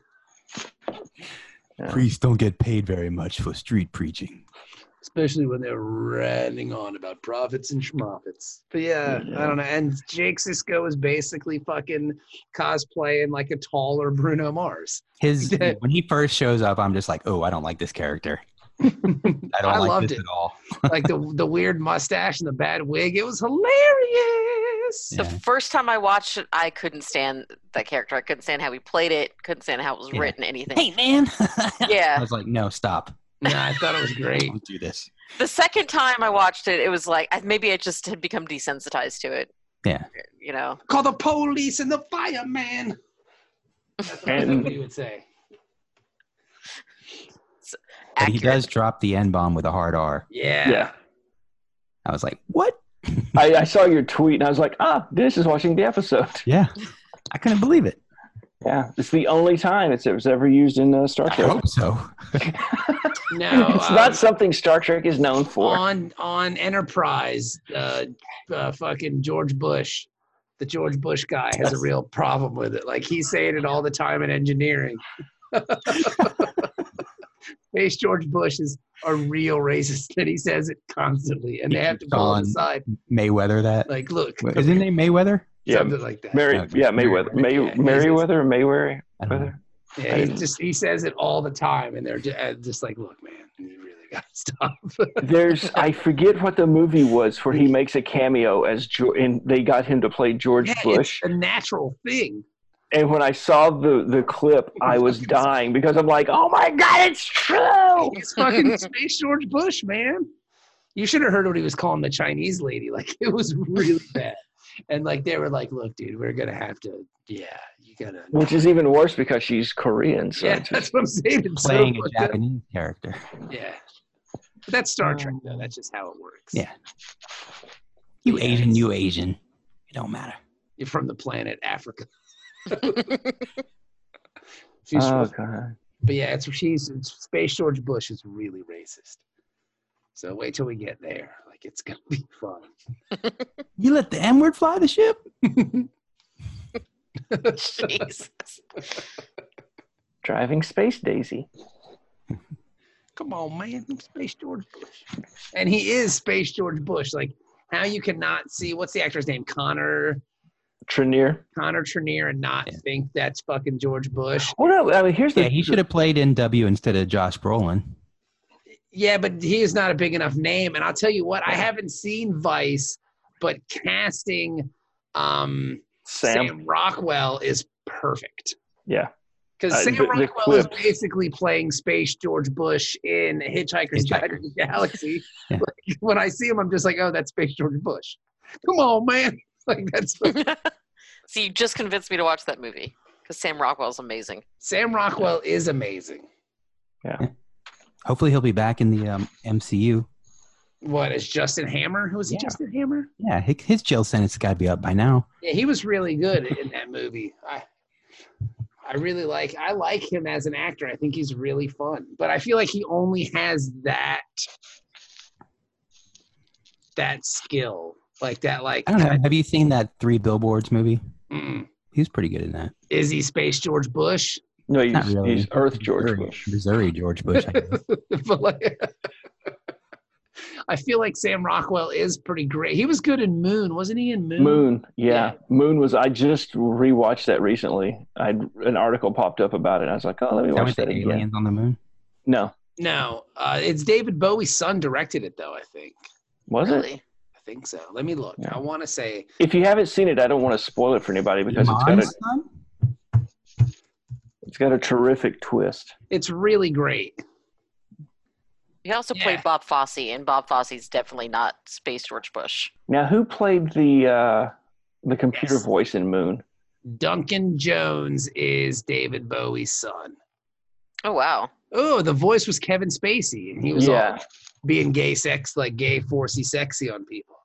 Speaker 4: Priests don't get paid very much for street preaching.
Speaker 3: especially when they're ranting on about profits and schmoffits. But yeah, I don't know. And Jake Sisko is basically fucking cosplaying like a taller Bruno Mars.
Speaker 4: His
Speaker 3: Yeah.
Speaker 4: when he first shows up, I'm just like, oh, I don't like this character. I don't
Speaker 3: I
Speaker 4: like
Speaker 3: loved
Speaker 4: this
Speaker 3: it.
Speaker 4: at all.
Speaker 3: Like the the weird mustache and the bad wig. It was hilarious. this?
Speaker 4: Yeah.
Speaker 5: The first time I watched it, I couldn't stand that character. I couldn't stand how he played it. Couldn't stand how it was
Speaker 4: Yeah.
Speaker 5: written. Anything.
Speaker 4: Hey, man. (laughs) I
Speaker 5: Yeah.
Speaker 4: was like, no, stop.
Speaker 3: No, I thought it was great.
Speaker 4: Don't do this.
Speaker 5: The second time I watched it, it was like I, maybe I just had become desensitized to it.
Speaker 4: Yeah.
Speaker 5: You know.
Speaker 3: Call the police and the fireman. That's what I
Speaker 6: And-
Speaker 3: thought you would say.
Speaker 4: But he
Speaker 5: accurate.
Speaker 4: does drop the N bomb with a hard R.
Speaker 3: (laughs) Yeah.
Speaker 6: Yeah.
Speaker 4: I was like, what?
Speaker 6: I, I saw your tweet and I was like, ah, Dennis is watching the episode.
Speaker 4: Yeah. I couldn't believe it.
Speaker 6: Yeah. It's the only time it's, it was ever used in uh, Star
Speaker 4: I
Speaker 6: Trek.
Speaker 4: hope so.
Speaker 3: No.
Speaker 6: (laughs) it's
Speaker 3: um,
Speaker 6: not something Star Trek is known for.
Speaker 3: on on Enterprise, uh, uh, fucking George Bush, the George Bush guy has a real problem with it. Like he's saying it all the time in engineering. (laughs) Space George Bush is a real racist, and he says it constantly, and they have to pull him
Speaker 4: Sean.
Speaker 3: aside.
Speaker 4: Mayweather that.
Speaker 3: Like, look,
Speaker 4: Wait, Is his name Mayweather?
Speaker 6: Yeah.
Speaker 3: something like that.
Speaker 6: Mary,
Speaker 4: Okay.
Speaker 6: yeah, Mayweather. May,
Speaker 3: Yeah, he's-
Speaker 6: Merriweather or Mayweather?
Speaker 4: I don't know.
Speaker 3: Yeah, he just he says it all the time, and they're just, just like, look, man, you really (laughs) gotta stop.
Speaker 6: There's, I forget what the movie was where he makes a cameo as, Geo- and they got him to play George
Speaker 3: Yeah, it's
Speaker 6: Bush.
Speaker 3: a natural thing.
Speaker 6: And when I saw the, the clip,
Speaker 3: (laughs)
Speaker 6: I was dying because I'm like, oh my God, it's true.
Speaker 3: Oh, It's fucking
Speaker 4: (laughs)
Speaker 3: Space George Bush, man. You should have heard what he was calling the Chinese lady. (laughs) Like it was really bad. And like they were like, "Look, dude, we're gonna have to. Yeah, you gotta."
Speaker 6: Which is even worse because she's Korean.
Speaker 3: (laughs)
Speaker 6: So
Speaker 3: yeah,
Speaker 6: it's
Speaker 3: that's what I'm saying. It's so
Speaker 4: Playing a
Speaker 3: fucked up.
Speaker 4: Japanese character.
Speaker 3: Yeah, but that's Star Trek though. That's just how it works.
Speaker 4: Yeah. You Asian, you Asian. It don't matter.
Speaker 3: you're from the planet
Speaker 4: (laughs)
Speaker 3: Africa. (laughs) (laughs) She's
Speaker 4: Uh,
Speaker 6: Oh,
Speaker 3: from-
Speaker 6: God.
Speaker 3: but yeah, it's she's it's, Space George Bush is really racist. So wait till we get there. Like it's gonna be (laughs) fun.
Speaker 4: You let the N word fly the ship?
Speaker 5: Jesus. (laughs)
Speaker 6: Driving Space Daisy.
Speaker 3: Come on, man. I'm Space George Bush. And he is Space George Bush. Like, how you cannot see what's the actor's name? Connor
Speaker 6: Trenier.
Speaker 3: Connor Trenier and not
Speaker 4: Yeah.
Speaker 3: think that's fucking George Bush.
Speaker 6: Well, no, I mean, here's the.
Speaker 4: Yeah, he should have played NW instead of Josh Brolin.
Speaker 3: Yeah, but he is not a big enough name. And I'll tell you what, I haven't seen Vice, but casting um Sam,
Speaker 6: Sam.
Speaker 3: Rockwell is perfect.
Speaker 6: Yeah.
Speaker 3: Because
Speaker 6: Uh,
Speaker 3: Sam
Speaker 6: the- the
Speaker 3: Rockwell is
Speaker 6: clip.
Speaker 3: basically playing Space George Bush in Hitchhiker's Guide to the Galaxy.
Speaker 4: Yeah.
Speaker 3: Like, when I see him, I'm just like, oh, that's Space George Bush. Come on, man. (laughs) Like that's
Speaker 5: See, you just convinced me to watch that movie because Sam Rockwell's amazing.
Speaker 3: Sam Rockwell is amazing.
Speaker 4: Hopefully he'll be back in the um, MCU.
Speaker 3: What is Justin Hammer? Who is
Speaker 4: Yeah.
Speaker 3: he? Justin Hammer?
Speaker 4: Yeah, hi- his jail sentence got to be up by now.
Speaker 3: Yeah, he was really good in that movie. I I really like I like him as an actor. I think he's really fun. But I feel like he only has that that skill. Like that like
Speaker 4: I don't know. Have you seen that Three Billboards movie?
Speaker 3: mm,
Speaker 4: He was pretty good in that.
Speaker 3: is he Space George
Speaker 6: (laughs)
Speaker 3: Bush?
Speaker 6: No, he's,
Speaker 4: Not really.
Speaker 6: he's Earth George
Speaker 4: Missouri,
Speaker 6: Bush.
Speaker 4: Missouri George Bush. I
Speaker 6: (laughs)
Speaker 4: guess.
Speaker 3: (laughs) but like, I feel like Sam Rockwell is pretty great. He was good in Moon, wasn't he? In Moon.
Speaker 6: Moon, yeah.
Speaker 3: Yeah.
Speaker 6: Moon was. I just rewatched that recently. I an article popped up about it. and I was like, oh, let me
Speaker 4: Is that
Speaker 6: watch
Speaker 4: with
Speaker 6: that
Speaker 4: the
Speaker 6: again.
Speaker 4: aliens on the moon?
Speaker 6: No,
Speaker 3: No, uh, it's David Bowie's son directed it though. I think.
Speaker 6: was it?
Speaker 5: Really?
Speaker 3: I think so. Let me look.
Speaker 6: Yeah.
Speaker 3: I want to say
Speaker 6: If you haven't seen it, I don't want to spoil it for anybody because it's got a
Speaker 4: Iman's son?
Speaker 6: it's got a terrific twist.
Speaker 3: it's really great.
Speaker 5: He also
Speaker 3: Yeah.
Speaker 5: played Bob Fosse, and Bob Fosse's definitely not Space George Bush.
Speaker 6: Now, who played the uh, the computer
Speaker 3: Yes.
Speaker 6: voice in Moon?
Speaker 3: Duncan Jones is David Bowie's son.
Speaker 5: Oh wow.
Speaker 3: Oh, the voice was Kevin Spacey, and he was
Speaker 6: Yeah,
Speaker 3: all being gay sex, like gay, forcey, sexy on people.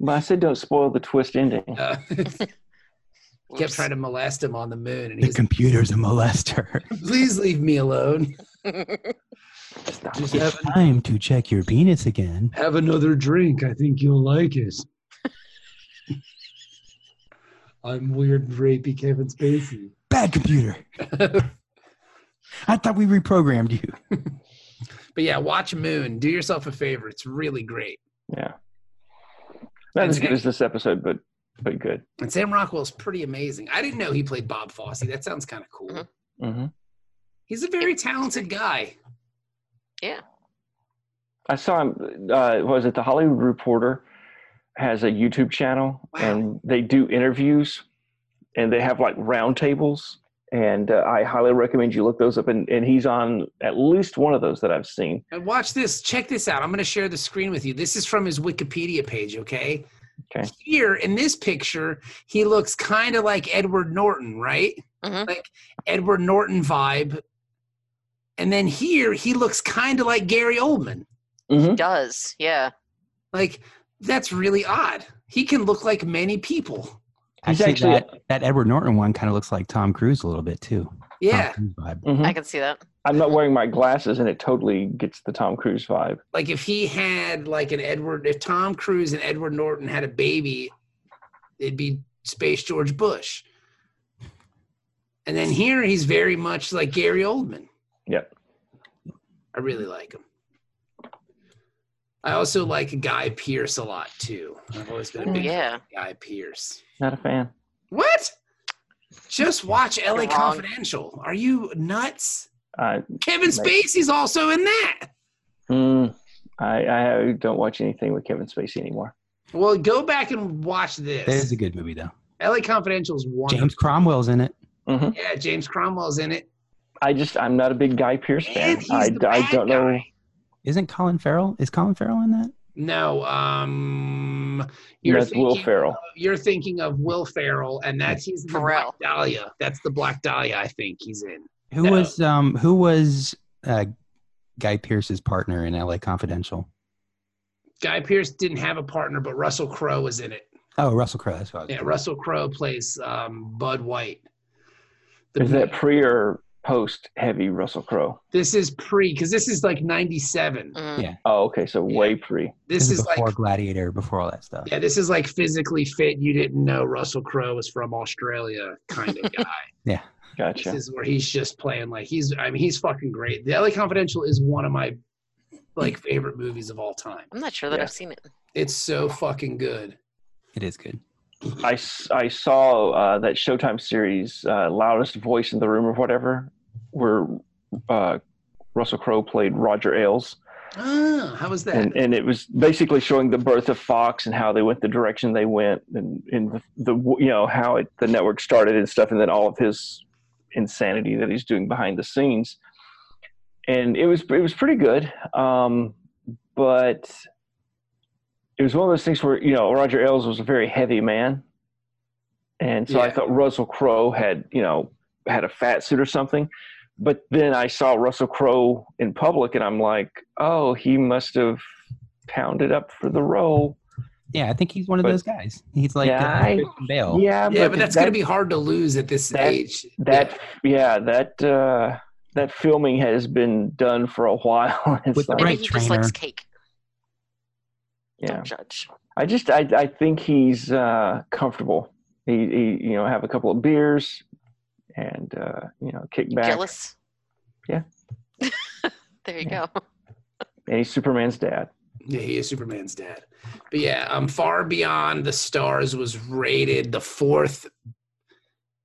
Speaker 6: but I said don't spoil the twist ending.
Speaker 3: Uh, (laughs) kept
Speaker 5: Oops.
Speaker 3: trying to molest him on the moon, and
Speaker 4: The
Speaker 3: he's
Speaker 4: computer's a molester.
Speaker 3: please leave me alone.
Speaker 6: Stop.
Speaker 3: Just
Speaker 4: It's time to check your penis again.
Speaker 3: have another drink. I think you'll like it. I'm weird, rapey Kevin Spacey. (laughs)
Speaker 4: Bad computer. I thought we reprogrammed you.
Speaker 3: But yeah, watch Moon. Do yourself a favor. It's really great.
Speaker 6: Yeah, not as good as this episode, but but good.
Speaker 3: And Sam Rockwell's pretty amazing. I didn't know he played Bob Fosse. That sounds kind of cool.
Speaker 5: Mhm.
Speaker 6: hmm
Speaker 3: He's a very talented guy.
Speaker 6: I saw him. Uh, what was it the Hollywood Reporter has a YouTube channel and they do interviews and they have like roundtables. And uh, I highly recommend you look those up. And, and he's on at least one of those that I've seen.
Speaker 3: And watch this. Check this out. I'm going to share the screen with you. This is from his Wikipedia page, okay?
Speaker 6: Okay.
Speaker 3: Here in this picture, he looks kind of like Edward Norton, right?
Speaker 5: Mhm.
Speaker 3: Like Edward Norton vibe. And then here, he looks kind of like Gary Oldman.
Speaker 5: Mm-hmm.
Speaker 6: Mhm.
Speaker 5: Does yeah.
Speaker 3: Like, that's really odd. He can look like many people.
Speaker 6: He's
Speaker 4: Actually,
Speaker 6: actually-
Speaker 4: that, that Edward Norton one kind of looks like Tom Cruise a little bit too. Tom
Speaker 3: Yeah.
Speaker 4: Cruise vibe.
Speaker 6: Mhm.
Speaker 5: I can see that.
Speaker 6: I'm not wearing my glasses, and it totally gets the Tom Cruise vibe.
Speaker 3: Like, if he had, like, an Edward, if Tom Cruise and Edward Norton had a baby, it'd be Space George Bush. And then here, he's very much like Gary Oldman.
Speaker 6: Yep.
Speaker 3: I really like him. I also like Guy Pierce a lot too. I've always been a
Speaker 6: Hmm.
Speaker 5: Ooh,
Speaker 3: big
Speaker 5: yeah.
Speaker 3: Guy Pierce.
Speaker 6: Not a fan.
Speaker 3: What? Just watch LA
Speaker 5: wrong.
Speaker 3: Confidential. Are you nuts?
Speaker 6: I
Speaker 3: Kevin
Speaker 6: Like-
Speaker 3: Spacey's also in that.
Speaker 6: mm, I, I don't watch anything with Kevin Spacey anymore.
Speaker 3: Well, go back and watch this.
Speaker 4: That is a good movie though.
Speaker 3: LA Confidential is one.
Speaker 4: James Cromwell's in it.
Speaker 6: Mhm.
Speaker 3: Yeah, James Cromwell's in it.
Speaker 6: I just I'm not a big Guy Pierce
Speaker 3: And
Speaker 6: fan.
Speaker 3: he's
Speaker 6: I,
Speaker 3: the
Speaker 6: I
Speaker 3: bad
Speaker 6: don't know.
Speaker 3: guy.
Speaker 4: Isn't Colin Farrell? Is Colin Farrell in that?
Speaker 3: No, um, you're
Speaker 6: That's
Speaker 3: thinking,
Speaker 6: Will Ferrell.
Speaker 3: You're thinking of Will Ferrell, and that's he's the
Speaker 5: Ferrell.
Speaker 3: Black Dahlia. That's the Black Dahlia. I think he's in.
Speaker 4: Who
Speaker 3: No.
Speaker 4: was um who was uh Guy Pierce's partner in LA Confidential?
Speaker 3: Guy Pierce didn't have a partner, but Russell Crowe was in it.
Speaker 4: Oh, Russell Crowe. That's what I was
Speaker 3: Yeah,
Speaker 4: thinking.
Speaker 3: Russell Crowe plays um, Bud White. The-
Speaker 6: Is that pre or post heavy Russell Crowe?
Speaker 3: this is pre because this is like '97.
Speaker 5: Mhm.
Speaker 4: Yeah.
Speaker 6: Oh, okay, so
Speaker 3: Yeah.
Speaker 6: way pre.
Speaker 3: This is
Speaker 4: before
Speaker 3: like
Speaker 4: Gladiator, before all that stuff.
Speaker 3: yeah, this is like physically fit. You didn't know Russell Crowe was from Australia, kind of guy.
Speaker 6: Gotcha.
Speaker 3: This is where he's just playing like he's. I mean, he's fucking great. The LA Confidential is one of my like favorite movies of all time.
Speaker 5: I'm not sure that
Speaker 6: Yeah.
Speaker 5: I've seen it.
Speaker 3: It's so fucking good.
Speaker 4: It is good.
Speaker 6: I, s- I saw uh, that Showtime series, uh, Loudest Voice in the Room or whatever, where uh, Russell Crowe played Roger Ailes.
Speaker 3: Ah, how was that?
Speaker 6: and and it was basically showing the birth of Fox and how they went the direction they went and and the, the you know how it, the network started and stuff and then all of his insanity that he's doing behind the scenes and it was it was pretty good um, but it was one of those things where you know Roger Ailes was a very heavy man and so I
Speaker 3: Yeah.
Speaker 6: thought Russell Crowe had you know had a fat suit or something but then I saw Russell Crowe in public, and I'm like, oh, he must have pounded up for the role.
Speaker 4: Yeah, I think he's one of
Speaker 6: But-
Speaker 4: those guys. He's like
Speaker 6: Yeah,
Speaker 4: uh,
Speaker 6: I-
Speaker 4: Christian Bale.
Speaker 6: Yeah,
Speaker 3: yeah, but that's gonna
Speaker 6: that-
Speaker 3: be hard to lose at this
Speaker 6: that-
Speaker 3: age.
Speaker 6: that. Yeah, that uh, that filming has been done for a (laughs) while. It's
Speaker 4: With the
Speaker 6: like,
Speaker 5: Maybe
Speaker 4: Right
Speaker 5: he just likes
Speaker 4: trainer.
Speaker 5: cake.
Speaker 6: yeah,
Speaker 5: Don't judge.
Speaker 6: I just I I think he's uh, comfortable. He, he you know have a couple of beers and uh, you know kick back.
Speaker 5: Jealous.
Speaker 6: Yeah.
Speaker 5: (laughs) there you
Speaker 6: Yeah.
Speaker 5: go.
Speaker 6: And he's Superman's dad.
Speaker 3: Yeah, he is Superman's dad. But yeah, um, Far Beyond the Stars was rated the fourth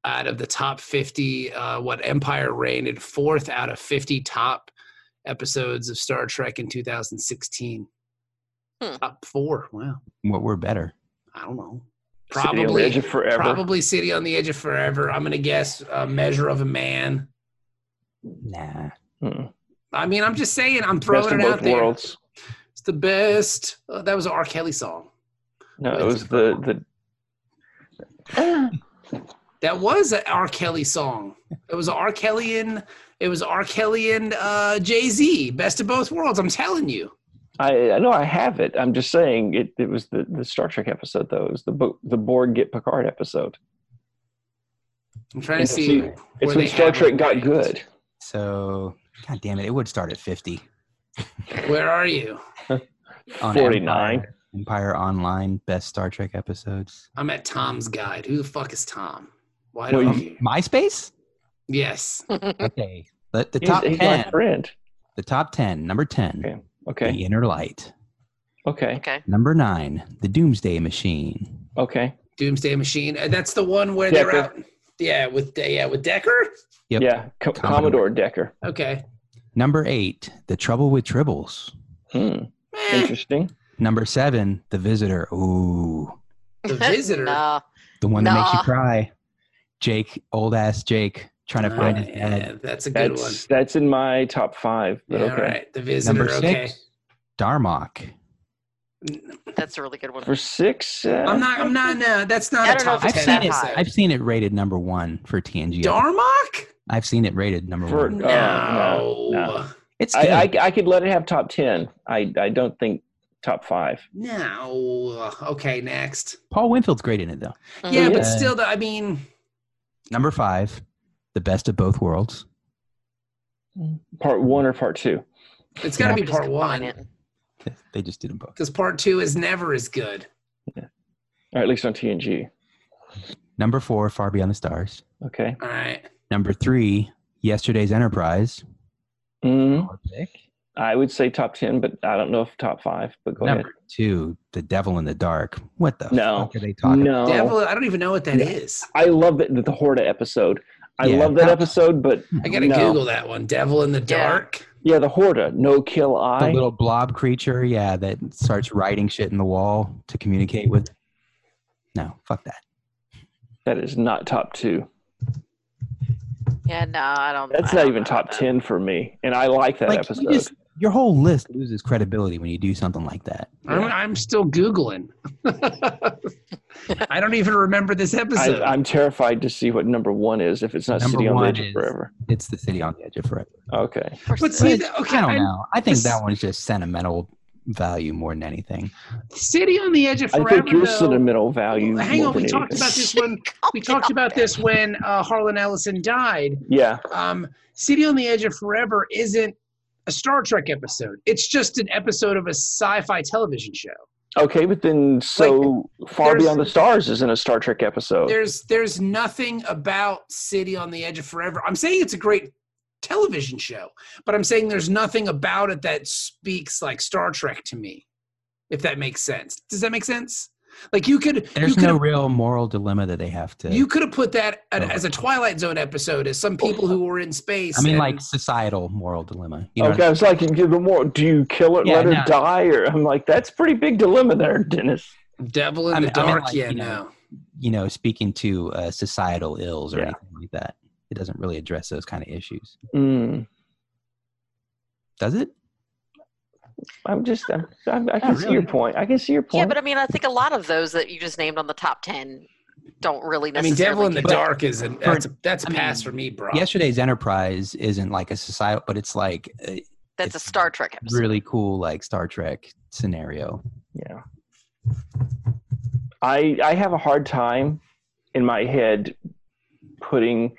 Speaker 3: out of the top 50. Uh, what Empire rated fourth out of 50 top episodes of Star Trek in 2016.
Speaker 5: Hmm.
Speaker 3: Top four. Wow.
Speaker 4: What we're better.
Speaker 3: I don't know.
Speaker 6: City on the edge
Speaker 3: Probably,
Speaker 6: of forever.
Speaker 3: probably City on the Edge of Forever. I'm going to guess uh, Measure of a Man.
Speaker 4: Nah.
Speaker 6: Mm.
Speaker 3: I mean, I'm just saying, I'm
Speaker 6: Best
Speaker 3: throwing
Speaker 6: of
Speaker 3: it out
Speaker 6: both
Speaker 3: there.
Speaker 6: worlds.
Speaker 3: It's the best. Uh, that was an R. Kelly song.
Speaker 6: No, it
Speaker 3: Best
Speaker 6: was
Speaker 3: of
Speaker 6: the the
Speaker 3: That was an R. Kelly song. It was a R. Kelly and it was R. Kelly and uh, Jay Z. Best of both worlds. I'm telling you.
Speaker 6: I I know I have it. I'm just saying it. It was the, the Star Trek episode though. It was the Bo- the Borg get Picard episode.
Speaker 3: I'm trying to
Speaker 6: It's
Speaker 3: see.
Speaker 6: when-
Speaker 3: where
Speaker 6: It's when
Speaker 3: they
Speaker 6: Star
Speaker 3: have
Speaker 6: Trek
Speaker 3: it.
Speaker 6: got good.
Speaker 4: So, god damn it, it would start at 50.
Speaker 3: Where are you?
Speaker 4: On
Speaker 6: Forty nine.
Speaker 4: Empire, Empire Online, best Star Trek episodes.
Speaker 3: I'm at Tom's Guide. Who the fuck is Tom? Why
Speaker 6: Well,
Speaker 3: don't
Speaker 6: you-
Speaker 3: you?
Speaker 4: MySpace?
Speaker 3: Yes.
Speaker 4: Okay. But the
Speaker 6: He's,
Speaker 4: top
Speaker 6: he's my
Speaker 4: 10.
Speaker 6: friend.
Speaker 4: The top 10. Number 10,
Speaker 6: Okay. Okay.
Speaker 4: The Inner Light.
Speaker 6: Okay.
Speaker 5: Okay.
Speaker 4: Number 9, The Doomsday Machine.
Speaker 6: Okay.
Speaker 3: Doomsday Machine. Uh, That's the one where they're out.
Speaker 6: Decker.
Speaker 3: Yeah, with yeah with Decker.
Speaker 4: Yep.
Speaker 6: Yeah. Co- Commodore
Speaker 4: Commodore.
Speaker 6: Decker.
Speaker 3: Okay.
Speaker 4: Number 8, The Trouble with Tribbles.
Speaker 6: Hmm.
Speaker 3: Eh,
Speaker 6: Interesting.
Speaker 4: Number seven, The Visitor. Ooh,
Speaker 3: The
Speaker 5: (laughs)
Speaker 3: visitor.
Speaker 5: Nah.
Speaker 4: the one that makes you
Speaker 5: Nah.
Speaker 4: cry. Jake, old ass Jake, trying to find his
Speaker 3: Oh, yeah,
Speaker 4: dad.
Speaker 3: That's a good one.
Speaker 6: That's that's in my top five. But
Speaker 3: Yeah,
Speaker 6: okay.
Speaker 3: right. The visitor.
Speaker 4: Number
Speaker 3: okay.
Speaker 4: six, Darmok.
Speaker 5: That's a really good one.
Speaker 6: For six, uh,
Speaker 3: I'm not. I'm not. No, that's not
Speaker 5: I
Speaker 3: a
Speaker 5: don't know
Speaker 3: top
Speaker 5: if
Speaker 4: I've seen
Speaker 5: it's
Speaker 3: ten
Speaker 4: it.
Speaker 5: high.
Speaker 3: episode.
Speaker 4: I've seen it rated number one for TNG.
Speaker 3: Darmok?
Speaker 4: I've seen it rated number
Speaker 6: For-
Speaker 4: one.
Speaker 6: No, no,
Speaker 3: no.
Speaker 6: no.
Speaker 3: No.
Speaker 4: It's
Speaker 6: I,
Speaker 4: good.
Speaker 6: I I could let it have top ten. I I don't think top five.
Speaker 3: Okay, next.
Speaker 4: Paul Winfield's great in it though.
Speaker 3: Yeah,
Speaker 5: Mhm.
Speaker 4: Yeah.
Speaker 3: but still, the, I mean,
Speaker 4: Number five, The Best of Both Worlds.
Speaker 6: Part one or part two.
Speaker 3: it's got to
Speaker 4: Yeah.
Speaker 3: be
Speaker 5: Just
Speaker 3: part
Speaker 5: combine
Speaker 3: one
Speaker 5: it.
Speaker 4: They just did them both.
Speaker 3: because part two is never as good.
Speaker 6: Or at least on TNG.
Speaker 4: Number four, Far Beyond the Stars.
Speaker 6: Okay.
Speaker 3: All right.
Speaker 4: Number three, Yesterday's Enterprise.
Speaker 6: Mm, I would say top ten, but I don't know if top five. But go
Speaker 4: Number two, The Devil in the Dark. What the
Speaker 6: No.
Speaker 4: fuck are they
Speaker 6: ahead.
Speaker 4: talking about?
Speaker 6: No,
Speaker 3: Devil, I don't even know what that
Speaker 6: Oh. Yeah.
Speaker 3: is.
Speaker 6: I love that the Horta episode. I
Speaker 4: Yeah.
Speaker 6: love that episode, but
Speaker 3: I gotta
Speaker 6: no.
Speaker 3: Google that one. Devil in the
Speaker 5: Yeah.
Speaker 3: dark.
Speaker 6: Yeah, the Horta, no kill
Speaker 4: The
Speaker 6: eye.
Speaker 4: little blob creature, yeah, that starts writing shit in the wall to communicate with. No, fuck that.
Speaker 6: that is not top two.
Speaker 5: Yeah, no, I don't.
Speaker 6: That's
Speaker 5: I
Speaker 6: not
Speaker 5: don't
Speaker 6: even
Speaker 5: know
Speaker 6: top
Speaker 5: about
Speaker 6: ten for me, and I like that
Speaker 4: Like,
Speaker 6: episode.
Speaker 4: you just, your whole list loses credibility when you do something like that.
Speaker 3: I'm, I'm still Googling. (laughs) I don't even remember this episode.
Speaker 6: I, I'm terrified to see what number one is if it's not
Speaker 4: Number
Speaker 6: City on the
Speaker 4: one
Speaker 6: Edge of
Speaker 4: is-
Speaker 6: Forever.
Speaker 4: It's the city on the edge of forever.
Speaker 6: Okay,
Speaker 5: that. Of course
Speaker 3: but
Speaker 5: it
Speaker 3: see,
Speaker 5: is.
Speaker 3: the- okay,
Speaker 4: I don't
Speaker 3: I-
Speaker 4: know. I think
Speaker 3: this-
Speaker 4: that one's just sentimental value more than anything.
Speaker 3: City on the Edge of Forever.
Speaker 6: I think your
Speaker 3: though-
Speaker 6: sentimental value.
Speaker 3: Hang
Speaker 6: more
Speaker 3: on, we
Speaker 6: than
Speaker 3: talked about
Speaker 6: anything.
Speaker 3: this when we talked about this when uh, Harlan Ellison died.
Speaker 6: Yeah,
Speaker 3: Um, City on the Edge of Forever isn't a Star Trek episode. It's just an episode of a sci-fi television show.
Speaker 6: okay, but then so far
Speaker 3: there's-
Speaker 6: beyond the stars isn't a Star Trek episode.
Speaker 3: There's there's nothing about City on the Edge of Forever. I'm saying it's a great television show, but I'm saying there's nothing about it that speaks like Star Trek to me. If that makes sense. Does that make sense? Like you could you
Speaker 4: There's
Speaker 3: could
Speaker 4: no real moral dilemma that they have to.
Speaker 3: You could have put that at,
Speaker 4: Over.
Speaker 3: as a Twilight Zone episode, as some people who were in space.
Speaker 4: I mean,
Speaker 3: and-
Speaker 4: like societal moral dilemma. You know,
Speaker 6: okay, I was like, you- the more do you kill it,
Speaker 4: Yeah,
Speaker 6: let her
Speaker 4: no.
Speaker 6: die, or I'm like, that's pretty big dilemma there, Dennis.
Speaker 3: Devil in
Speaker 4: I
Speaker 3: the
Speaker 4: mean- I mean,
Speaker 3: Dark.
Speaker 4: like,
Speaker 3: yeah,
Speaker 4: you know.
Speaker 3: no.
Speaker 4: you know, speaking to uh, societal ills or
Speaker 6: Yeah.
Speaker 4: anything like that. It doesn't really address those kind of issues,
Speaker 6: Mm,
Speaker 4: does it?
Speaker 6: I'm just, I'm, I'm, I can see your
Speaker 4: really.
Speaker 6: point. I can see your point.
Speaker 5: Yeah, but I mean, I think a lot of those that you just named on the top ten don't really
Speaker 3: I mean,
Speaker 5: necessarily.
Speaker 3: Devil in the
Speaker 5: get-
Speaker 3: Dark is an that's a, that's a
Speaker 4: I mean,
Speaker 3: pass for me, bro.
Speaker 4: Yesterday's Enterprise isn't like a societal, but it's like a
Speaker 5: That's a Star Trek episode.
Speaker 4: really cool, like Star Trek scenario. (laughs)
Speaker 6: Yeah. I I have a hard time in my head putting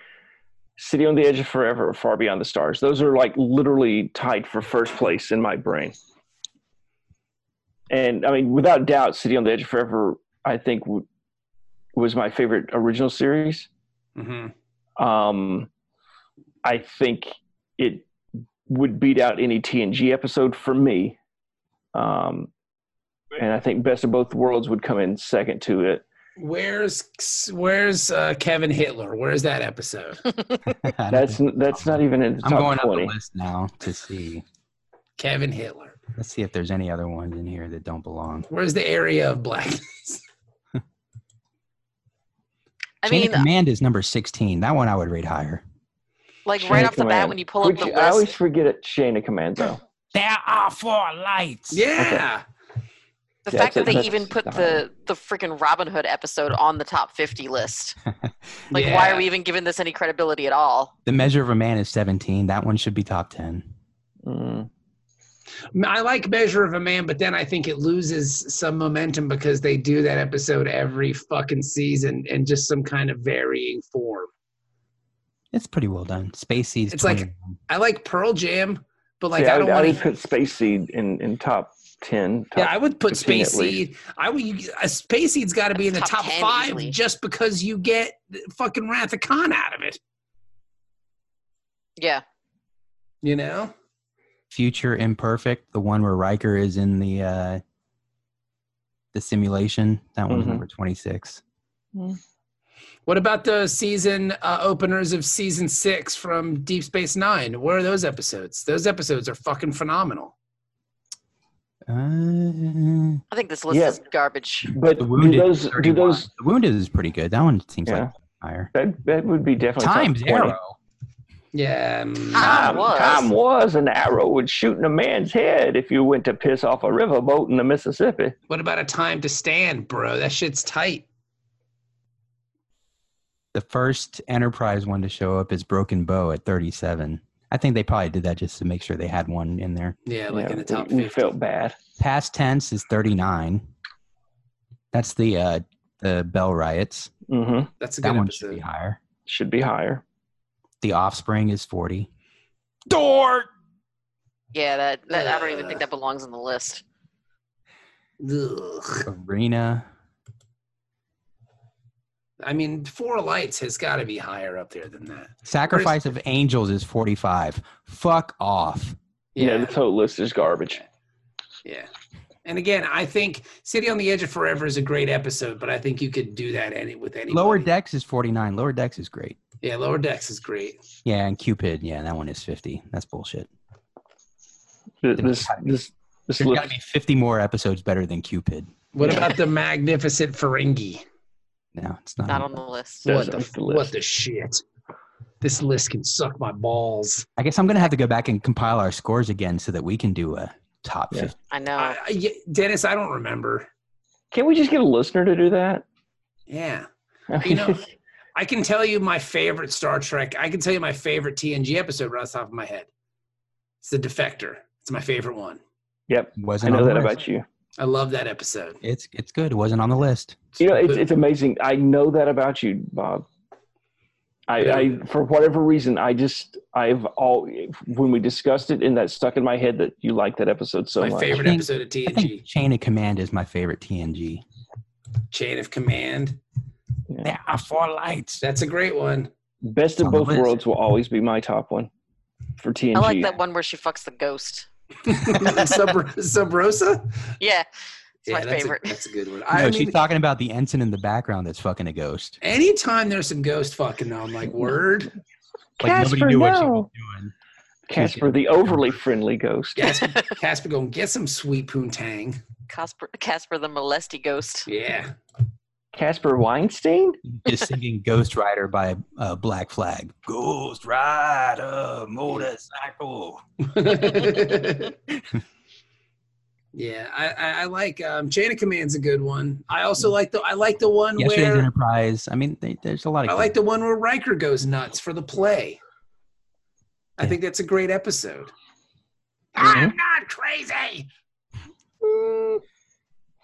Speaker 6: City on the Edge of Forever or Far Beyond the Stars. Those are like literally tied for first place in my brain. And I mean, without doubt, City on the Edge of Forever, I think, w- was my favorite original series.
Speaker 3: Mhm.
Speaker 6: Um, I think it would beat out any TNG episode for me. Um, and I think Best of Both Worlds would come in second to it.
Speaker 3: Where's where's uh, Kevin Hitler? Where's that episode?
Speaker 4: I don't
Speaker 6: That's
Speaker 4: think-
Speaker 6: that's not even in the
Speaker 4: I'm
Speaker 6: top
Speaker 4: going
Speaker 6: twenty.
Speaker 4: up the list now to see.
Speaker 3: Kevin Hitler.
Speaker 4: Let's see if there's any other ones in here that don't belong.
Speaker 3: Where's the area of blackness? (laughs)
Speaker 5: I
Speaker 4: Chain
Speaker 5: mean,
Speaker 4: of Command is number 16. That one I would rate higher.
Speaker 5: like
Speaker 6: Chain
Speaker 5: right
Speaker 6: of
Speaker 5: off the bat
Speaker 6: Command.
Speaker 5: when you pull up
Speaker 6: Which
Speaker 5: the
Speaker 6: I always
Speaker 5: list,
Speaker 6: forget it. Chain of
Speaker 4: (clears throat)
Speaker 6: Command though.
Speaker 4: There are four lights.
Speaker 3: yeah.
Speaker 5: the
Speaker 6: yeah,
Speaker 5: fact that
Speaker 6: that's-
Speaker 5: they
Speaker 6: that's
Speaker 5: even put
Speaker 6: the
Speaker 5: the the freaking Robin Hood episode on the top
Speaker 3: (laughs)
Speaker 5: fifty list. Like,
Speaker 3: Yeah.
Speaker 5: why are we even giving this any credibility at all?
Speaker 4: The Measure of a Man is 17. That one should be top 10.
Speaker 6: Mm.
Speaker 3: I like Measure of a Man, but then I think it loses some momentum because they do that episode every fucking season in just some kind of varying form.
Speaker 4: It's pretty well done. Spacey's
Speaker 3: It's like-
Speaker 4: 21.
Speaker 3: I like Pearl Jam, but like
Speaker 6: Yeah,
Speaker 3: I don't
Speaker 6: I,
Speaker 3: want
Speaker 6: would
Speaker 3: to.
Speaker 6: put Space Seed in, in top ten. Top,
Speaker 3: Yeah, I would put
Speaker 6: fifteen at
Speaker 3: Space Seed. I would. A Space Seed's got to be in the
Speaker 5: That's top
Speaker 3: top,
Speaker 5: 10
Speaker 3: five
Speaker 5: easily.
Speaker 3: just because you get the fucking Wrath of Khan out of it.
Speaker 5: Yeah,
Speaker 3: You know,
Speaker 4: Future Imperfect, the one where Riker is in the uh, the simulation. That one's
Speaker 6: Mhm.
Speaker 4: number 26.
Speaker 3: what about the season uh, openers of season six from Deep Space Nine? Where are those episodes? Those episodes are fucking phenomenal.
Speaker 4: Uh,
Speaker 5: I think this list
Speaker 6: Yeah.
Speaker 5: is garbage.
Speaker 6: But
Speaker 4: The
Speaker 6: do
Speaker 4: wounded
Speaker 6: those do
Speaker 4: 31.
Speaker 6: those
Speaker 4: the wounded is pretty good. That one seems
Speaker 6: Yeah.
Speaker 4: like higher.
Speaker 6: that that would be definitely top
Speaker 4: Times
Speaker 6: 20.
Speaker 4: arrow.
Speaker 3: Yeah. mm,
Speaker 5: Ah.
Speaker 6: Time,
Speaker 5: was.
Speaker 6: time was an arrow would shoot in a man's head if you went to piss off a riverboat in the Mississippi.
Speaker 3: What about a time to stand, bro? That shit's tight.
Speaker 4: The first Enterprise one to show up is Broken Bow at 37. I think they probably did that just to make sure they had one in there.
Speaker 3: Yeah, like
Speaker 6: Yeah,
Speaker 3: in the top
Speaker 6: we, we
Speaker 3: 50.
Speaker 6: felt bad.
Speaker 4: Past tense is 39. That's the uh the Bell riots.
Speaker 6: hmm
Speaker 3: That's a
Speaker 4: That
Speaker 3: good
Speaker 4: one should be
Speaker 3: episode.
Speaker 4: higher.
Speaker 6: Should be higher.
Speaker 4: The Offspring is 40.
Speaker 2: Door.
Speaker 5: Yeah, that, that I don't even
Speaker 3: Ugh.
Speaker 5: think that belongs on the list.
Speaker 3: Ugh.
Speaker 4: Arena.
Speaker 3: I mean, Four Lights has got to be higher up there than that.
Speaker 4: Sacrifice of Angels is 45. Fuck off.
Speaker 6: Yeah, this whole list is garbage.
Speaker 3: Yeah. And again, I think City on the Edge of Forever is a great episode, but I think you could do that any with any
Speaker 4: Lower Decks is 49. Lower Decks is great.
Speaker 3: Yeah, Lower Decks is great.
Speaker 4: Yeah, and Cupid. Yeah, that one is 50. That's bullshit.
Speaker 6: Th- This this this
Speaker 4: There's got to
Speaker 6: list.
Speaker 4: be 50 more episodes better than Cupid.
Speaker 3: What about the Magnificent Ferengi?
Speaker 4: No, it's not.
Speaker 5: Not on the
Speaker 3: Uh,
Speaker 5: list.
Speaker 6: Doesn't
Speaker 3: What the,
Speaker 6: make the
Speaker 3: what
Speaker 6: list.
Speaker 3: the shit? This list can suck my balls.
Speaker 4: I guess I'm going to have to go back and compile our scores again so that we can do a top
Speaker 6: Yeah.
Speaker 4: 50.
Speaker 5: I know.
Speaker 3: I- I- yeah, Dennis, I don't remember.
Speaker 6: Can we just get a listener to do that?
Speaker 3: Yeah. You know, I can tell you my favorite Star Trek. I can tell you my favorite TNG episode right off the top of my head. It's The Defector. It's my favorite one.
Speaker 6: (laughs) yep. I
Speaker 4: Wasn't
Speaker 6: know
Speaker 4: on the
Speaker 6: that
Speaker 4: list.
Speaker 6: about you.
Speaker 3: I love that episode.
Speaker 4: It's, it's good. It wasn't on the list.
Speaker 6: You know, it's it's amazing. I know that about you, Bob. I, I for whatever reason, I just I've all when we discussed it, and that stuck in my head that you like that episode so
Speaker 3: my
Speaker 6: much.
Speaker 3: favorite
Speaker 4: I think-
Speaker 3: episode of
Speaker 4: I think
Speaker 3: TNG.
Speaker 4: Chain of Command is my favorite TNG.
Speaker 3: Chain of Command.
Speaker 4: There are four lights.
Speaker 3: That's a great
Speaker 5: (laughs)
Speaker 3: one.
Speaker 6: Best of
Speaker 4: on the
Speaker 6: both
Speaker 4: list.
Speaker 6: worlds will always be my top one for TNG.
Speaker 5: I like that one where she fucks the ghost.
Speaker 3: Sub, Sub Rosa?
Speaker 5: Yeah, it's my
Speaker 3: that's
Speaker 5: favorite. (laughs)
Speaker 3: A, that's a good one.
Speaker 4: No,
Speaker 3: I
Speaker 4: she's
Speaker 3: mean,
Speaker 4: talking about the ensign in the background that's fucking a ghost.
Speaker 3: anytime there's some ghost fucking, though, I'm
Speaker 5: (laughs)
Speaker 3: like, word.
Speaker 4: Like nobody knew what she was doing.
Speaker 6: Casper, the overly friendly ghost.
Speaker 5: (laughs)
Speaker 3: Casper, Casper gonna get some sweet poontang.
Speaker 5: Casper, Casper the molesty ghost. (laughs)
Speaker 3: Yeah. (laughs)
Speaker 6: Casper Weinstein?
Speaker 4: Just singing (laughs) Ghost Rider by uh, Black Flag. Ghost Rider motorcycle.
Speaker 3: yeah, I, I, I like um, Chain of Command's a good one. I also like the I like the one
Speaker 4: Yesterday's
Speaker 3: where
Speaker 4: Enterprise. I mean, they, there's a lot of.
Speaker 3: I like the one where Riker goes nuts for the play. I
Speaker 4: Yeah. Mm-hmm.
Speaker 3: think that's a great episode. I'm not crazy.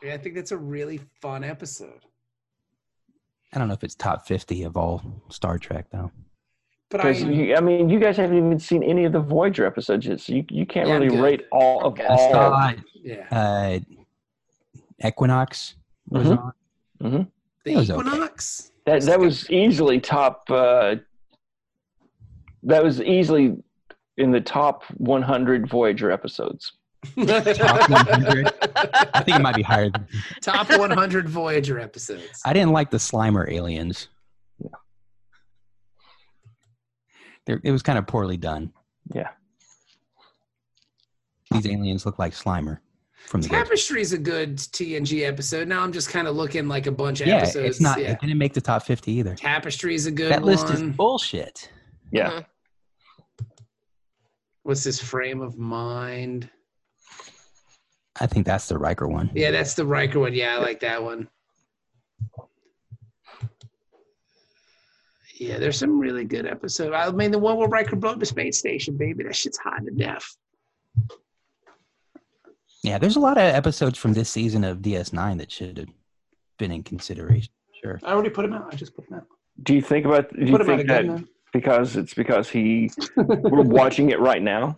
Speaker 3: Yeah, I think that's a really fun episode.
Speaker 4: I don't know if it's top 50 of all Star Trek, though.
Speaker 3: But I,
Speaker 6: Because I mean, you guys haven't even seen any of the Voyager episodes yet, so you, you can't
Speaker 3: Yeah, I'm
Speaker 6: really
Speaker 3: good.
Speaker 6: rate all of
Speaker 5: Okay.
Speaker 4: I
Speaker 3: Oh.
Speaker 6: all.
Speaker 4: saw
Speaker 3: yeah,
Speaker 4: uh, Equinox was
Speaker 3: Mm-hmm.
Speaker 6: Mhm.
Speaker 4: on.
Speaker 3: the
Speaker 4: It was okay.
Speaker 3: Equinox.
Speaker 6: That that was easily top. Uh, that was easily in the top 100 Voyager episodes.
Speaker 4: Top (laughs) 100. I think it might be higher. Than,
Speaker 3: (laughs) Top 100 Voyager episodes.
Speaker 4: I didn't like the Slimer aliens.
Speaker 6: Yeah.
Speaker 4: They're, it was kind of poorly done.
Speaker 6: Yeah.
Speaker 4: These aliens look like Slimer from the Ghost.
Speaker 3: Tapestry's a good TNG episode. Now I'm just kind of looking like a bunch of
Speaker 4: Yeah,
Speaker 3: episodes.
Speaker 4: it's not.
Speaker 3: Yeah.
Speaker 4: It didn't make the top 50 either.
Speaker 3: Tapestry's a good
Speaker 4: That list is
Speaker 3: one.
Speaker 4: bullshit.
Speaker 6: Yeah.
Speaker 5: Mhm.
Speaker 3: What's his frame of mind?
Speaker 4: I think that's the Riker one.
Speaker 3: Yeah, that's the Riker one. Yeah, I like that one. Yeah, there's some really good episodes. I mean, the one where Riker blew up the space station, baby, that shit's hot to death.
Speaker 4: Yeah, there's a lot of episodes from this season of DS9 that should have been in consideration. Sure.
Speaker 3: I already put him out. I just put him out.
Speaker 6: Do you think about? Do you
Speaker 3: Put him out
Speaker 6: think that
Speaker 3: again. though.
Speaker 6: because it's
Speaker 3: (laughs)
Speaker 6: because he we're watching it right now?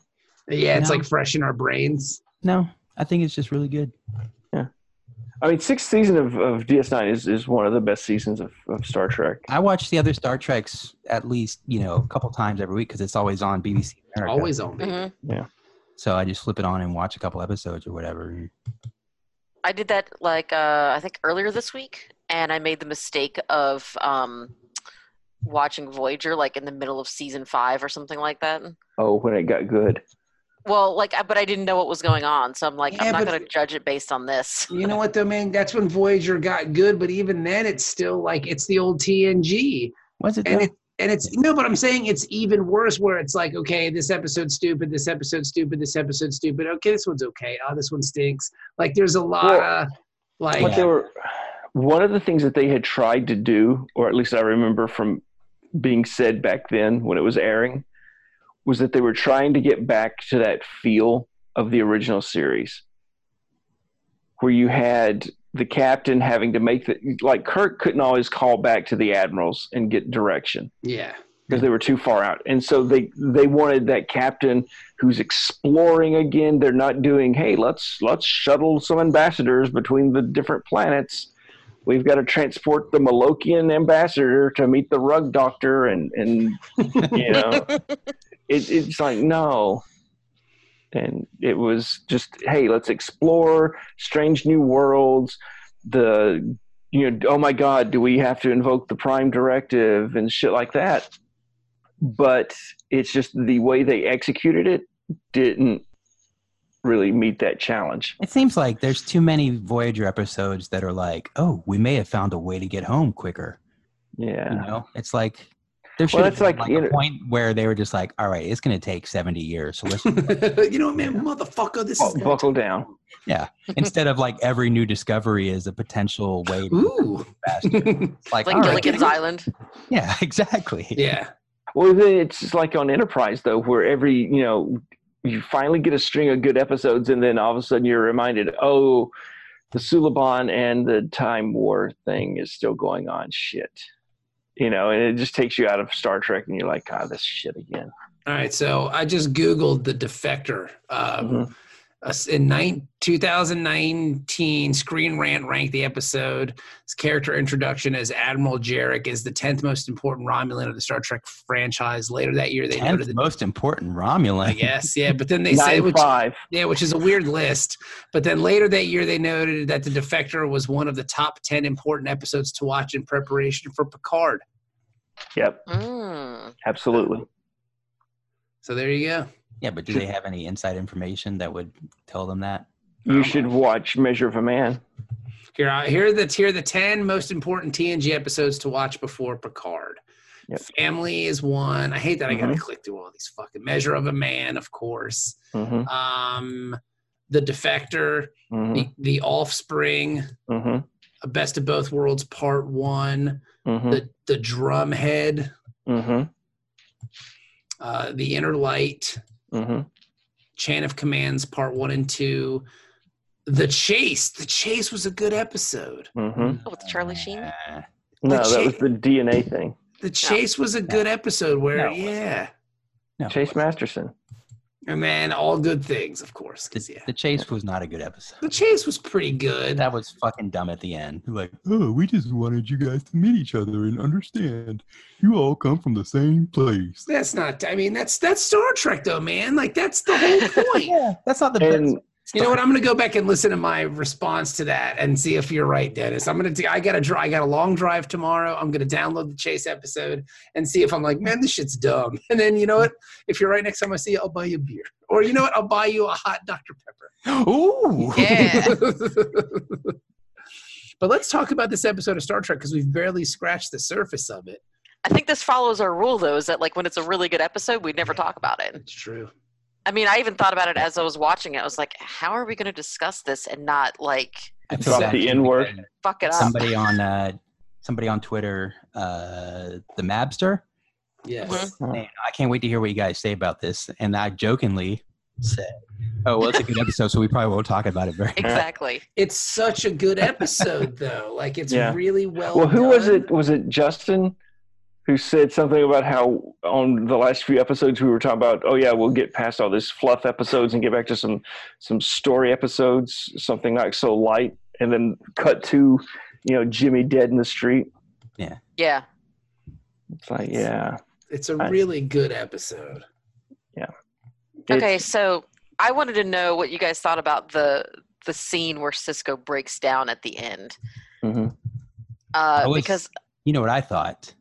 Speaker 3: Yeah, it's
Speaker 4: No.
Speaker 3: like fresh in our brains.
Speaker 4: No, I think it's just really good.
Speaker 6: I mean, sixth season of, of DS9 is, is one of the best seasons of, of Star Trek.
Speaker 4: I watch the other Star Treks at least, you know, a couple times every week because it's always on BBC America.
Speaker 3: Always on me.
Speaker 5: Mhm.
Speaker 4: So I just flip it on and watch a couple episodes or whatever. and-
Speaker 5: I did that like uh, I think earlier this week, and I made the mistake of um, watching Voyager like in the middle of season five or something like that.
Speaker 6: Oh, when it got good.
Speaker 5: Well, like, I- but I didn't know what was going on, so I'm like,
Speaker 3: Yeah,
Speaker 5: I'm not
Speaker 3: but-
Speaker 5: going to judge it based on this.
Speaker 3: You know what though, man? That's when Voyager got good, but even then, it's still like it's the old TNG,
Speaker 4: Was it?
Speaker 3: and
Speaker 4: though?
Speaker 3: it and it's no, but I'm saying it's even worse where it's like, okay, this episode's stupid, this episode's stupid, this episode's stupid. Okay, this one's okay. Oh, this one stinks. Like, there's a lot
Speaker 6: Well,
Speaker 3: of like,
Speaker 6: But they were one of the things that they had tried to do, or at least I remember from being said back then when it was airing, was that they were trying to get back to that feel of the original series, where you had the captain having to make the like Kirk couldn't always call back to the admirals and get direction
Speaker 3: yeah, (laughs)
Speaker 6: because they were too far out. And so they they wanted that captain who's exploring again. They're not doing, hey, let's let's shuttle some ambassadors between the different planets. We've got to transport the Malokian ambassador to meet the rug doctor and and you know it, it's like no. And it was just, hey, let's explore strange new worlds, the you know, oh my God, do we have to invoke the prime directive and shit like that? but it's just the way they executed it didn't really meet that challenge.
Speaker 4: It seems like there's too many Voyager episodes that are like, oh, we may have found a way to get home quicker. You
Speaker 6: Yeah.
Speaker 4: know, it's like there should have
Speaker 6: it's
Speaker 4: been
Speaker 6: like,
Speaker 4: like,
Speaker 6: you
Speaker 4: a
Speaker 6: know-
Speaker 4: point where they were just like, all right, it's going to take 70 years. So
Speaker 3: (laughs)
Speaker 4: let's,
Speaker 3: you know, man, motherfucker, this is
Speaker 6: Bu- Buckle down.
Speaker 4: instead of like every new discovery is a potential way to
Speaker 3: ooh, (laughs)
Speaker 4: faster. It's like,
Speaker 5: Like
Speaker 4: all right,
Speaker 5: Gilligan's Island.
Speaker 4: yeah, (laughs) exactly.
Speaker 3: yeah,
Speaker 6: Well, then it's just like on Enterprise though, where every you know you finally get a string of good episodes, and then all of a sudden you're reminded, oh, the Suliban and the Time War thing is still going on. Shit. You know, and it just takes you out of Star Trek, and you're like, God, this shit again.
Speaker 3: All right, so I just Googled the defector. Um,
Speaker 6: Mhm.
Speaker 3: us- In nine, 2019, Screen Rant ranked the episode. His character introduction as Admiral Jarek is the 10th most important Romulan of the Star Trek franchise. Later that year, they
Speaker 4: Tenth
Speaker 3: noted the.
Speaker 4: most important Romulan.
Speaker 3: I guess, yeah, but then they said,
Speaker 6: (laughs) Nine
Speaker 3: which,
Speaker 6: five.
Speaker 3: yeah, which is a weird list. But then later that year, they noted that the Defector was one of the top 10 important episodes to watch in preparation for Picard.
Speaker 6: Yep,
Speaker 5: Mm.
Speaker 6: absolutely.
Speaker 3: Uh-huh. So there you go.
Speaker 4: Yeah, but do they have any inside information that would tell them that?
Speaker 6: You should watch Measure of a Man.
Speaker 3: Here, are- here are the here are the ten most important TNG episodes to watch before Picard.
Speaker 6: Yep.
Speaker 3: Family is one. I hate that I gotta
Speaker 6: Mhm.
Speaker 3: click through all these fucking Measure of a Man, of course.
Speaker 6: hmm
Speaker 3: Um, the Defector,
Speaker 6: hmm
Speaker 3: the, the Offspring,
Speaker 6: hmm
Speaker 3: A Best of Both Worlds Part One,
Speaker 6: hmm
Speaker 3: the the Drumhead,
Speaker 6: hmm
Speaker 3: uh, the Inner Light,
Speaker 6: hmm
Speaker 3: Chain of Commands Part One and Two, the Chase. The Chase was a good episode.
Speaker 6: hmm
Speaker 5: Oh, with Charlie Sheen?
Speaker 4: Uh,
Speaker 6: No,
Speaker 3: Like
Speaker 6: that was
Speaker 3: Chase-
Speaker 6: the DNA thing.
Speaker 3: The Chase was a good episode where
Speaker 4: No, it wasn't.
Speaker 3: yeah.
Speaker 4: no,
Speaker 6: Chase Masterson.
Speaker 3: And then all good things, of course. 'cause,
Speaker 4: the,
Speaker 3: yeah.
Speaker 4: the chase was not a good episode.
Speaker 3: The chase was pretty good.
Speaker 4: That was fucking dumb at the end. Like,
Speaker 7: Oh, we just wanted you guys to meet each other and understand. You all come from the same place.
Speaker 3: That's not I mean, that's that's Star Trek though, man. Like that's the whole
Speaker 4: (laughs)
Speaker 3: point.
Speaker 4: yeah, that's not the
Speaker 6: And
Speaker 3: you know what? I'm gonna go back and listen to my response to that and see if you're right, Dennis. I'm gonna do I gotta dri I got a long drive tomorrow. I'm gonna download the chase episode and see if I'm like, man, this shit's dumb. And then you know what? If you're right next time I see you, I'll buy you a beer. Or you know what? I'll buy you a hot Dr. Pepper.
Speaker 4: best. Ooh.
Speaker 5: Yeah.
Speaker 3: (laughs) but let's talk about this episode of Star Trek because we've barely scratched the surface of it.
Speaker 5: I think this follows our rule though, is that like when it's a really good episode, we never talk about it.
Speaker 3: It's true.
Speaker 5: I mean, I even thought about it as I was watching it. I was like, how are we going to discuss this and not like
Speaker 4: I feel bad
Speaker 6: Drop the
Speaker 4: for
Speaker 6: N-word.
Speaker 4: because
Speaker 5: fuck it up?
Speaker 4: Somebody on uh, somebody on Twitter, uh, the Mabster.
Speaker 3: Yes.
Speaker 4: Man, I can't wait to hear what you guys say about this. And I jokingly said, "Oh, well, it's a good episode, so we probably won't talk about it very." (laughs) much.
Speaker 5: Exactly.
Speaker 3: It's such a good episode, though. Like, it's
Speaker 6: Yeah.
Speaker 3: really well.
Speaker 6: well, who was
Speaker 3: done.
Speaker 6: it? Was it Justin who said something about how on the last few episodes we were talking about? Oh yeah, we'll get past all this fluff episodes and get back to some some story episodes, something like so light, and then cut to you know Jimmy dead in the street.
Speaker 5: Yeah.
Speaker 6: It's like yeah,
Speaker 3: It's a
Speaker 6: I-
Speaker 3: really good episode.
Speaker 6: It's-
Speaker 5: Okay, so I wanted to know what you guys thought about the the scene where Cisco breaks down at the end.
Speaker 6: mhm.
Speaker 5: Uh,
Speaker 4: I was-
Speaker 5: because
Speaker 4: You know what I thought?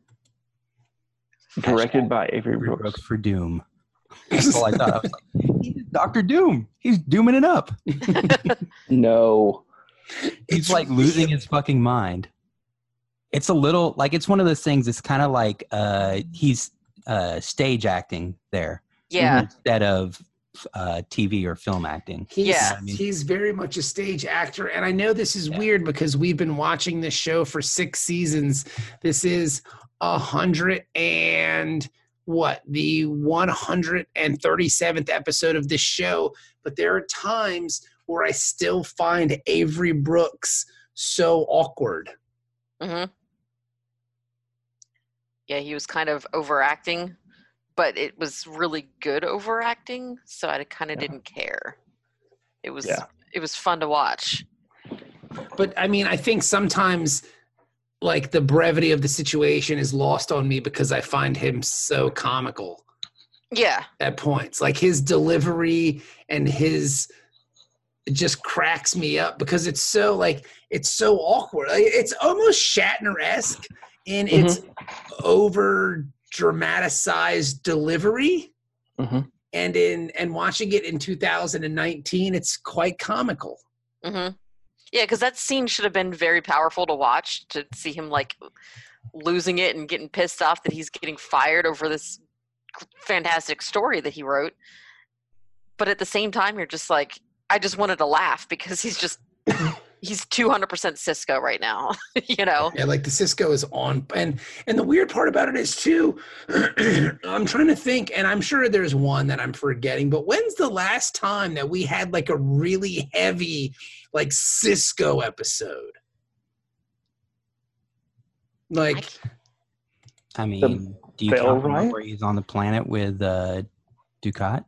Speaker 6: directed by Avery
Speaker 4: Brooks
Speaker 6: Brooks.
Speaker 4: for Doom. That's all I thought. I was like, he's Doctor Doom. He's dooming it up.
Speaker 6: No.
Speaker 4: He's
Speaker 3: It's
Speaker 4: like losing
Speaker 3: real.
Speaker 4: his fucking mind. It's a little like it's one of those things. It's kind of like uh, he's uh, stage acting there
Speaker 5: Yeah.
Speaker 4: instead of uh, TV or film acting.
Speaker 3: He's,
Speaker 5: Yeah.
Speaker 3: he's very much a stage actor. And I know this is
Speaker 4: Yeah.
Speaker 3: weird because we've been watching this show for six seasons. This is a hundred and what the 137th episode of this show. But there are times where I still find Avery Brooks so awkward.
Speaker 5: hmm Yeah, he was kind of overacting, but it was really good overacting, so I kind of didn't care. It was
Speaker 6: Yeah.
Speaker 5: it was fun to watch.
Speaker 3: But I mean, I think sometimes like the brevity of the situation is lost on me because I find him so comical.
Speaker 5: Yeah.
Speaker 3: at points. Like his delivery and his it just cracks me up because it's so like it's so awkward. Like, It's almost Shatner esque in its over dramatized delivery.
Speaker 6: Mhm.
Speaker 3: And in and watching it in 2019, it's quite comical.
Speaker 5: hmm Yeah, because that scene should have been very powerful to watch to see him like losing it and getting pissed off that he's getting fired over this fantastic story that he wrote. But at the same time, you're just like, I just wanted to laugh because
Speaker 3: (coughs)
Speaker 5: he's just he's 200% Cisco right now, (laughs) you know.
Speaker 3: Yeah, like the Cisco is on, and and the weird part about it is too. (clears throat) I'm trying to think, and I'm sure there's one that I'm forgetting. But when's the last time that we had like a really heavy, like Cisco episode? Like
Speaker 4: I mean, do you
Speaker 6: Bell
Speaker 4: count the one
Speaker 6: Riot?
Speaker 4: where he's on the planet with uh, Ducat?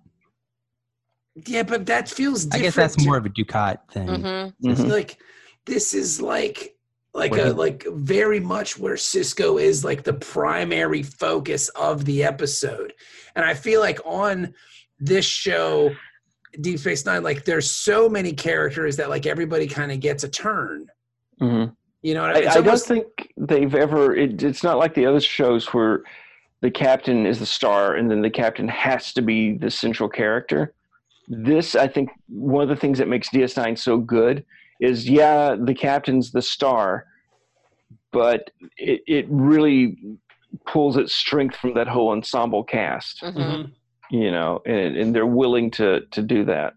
Speaker 3: yeah, but that feels.
Speaker 4: I
Speaker 3: Different
Speaker 4: guess that's
Speaker 3: to-
Speaker 4: more of a Ducat
Speaker 3: Mm-hmm.
Speaker 4: thing.
Speaker 5: hmm
Speaker 6: Mhm.
Speaker 3: like this is like like
Speaker 4: What do
Speaker 3: a
Speaker 4: you-
Speaker 3: like very much where Cisco is like the primary focus of the episode. And I feel like on this show Deep Space 9 like there's so many characters that like everybody kind of gets a turn.
Speaker 6: Mhm.
Speaker 3: You know what I mean?
Speaker 6: I,
Speaker 3: It's
Speaker 6: I don't
Speaker 3: almost-
Speaker 6: think they've ever. It, it's not like the other shows where the captain is the star and then the captain has to be the central character. This, I think, one of the things that makes DS9 so good is yeah, the captain's the star, but it, it really pulls its strength from that whole ensemble cast,
Speaker 5: hmm
Speaker 3: Mhm.
Speaker 6: you know, and, and they're willing to, to do that.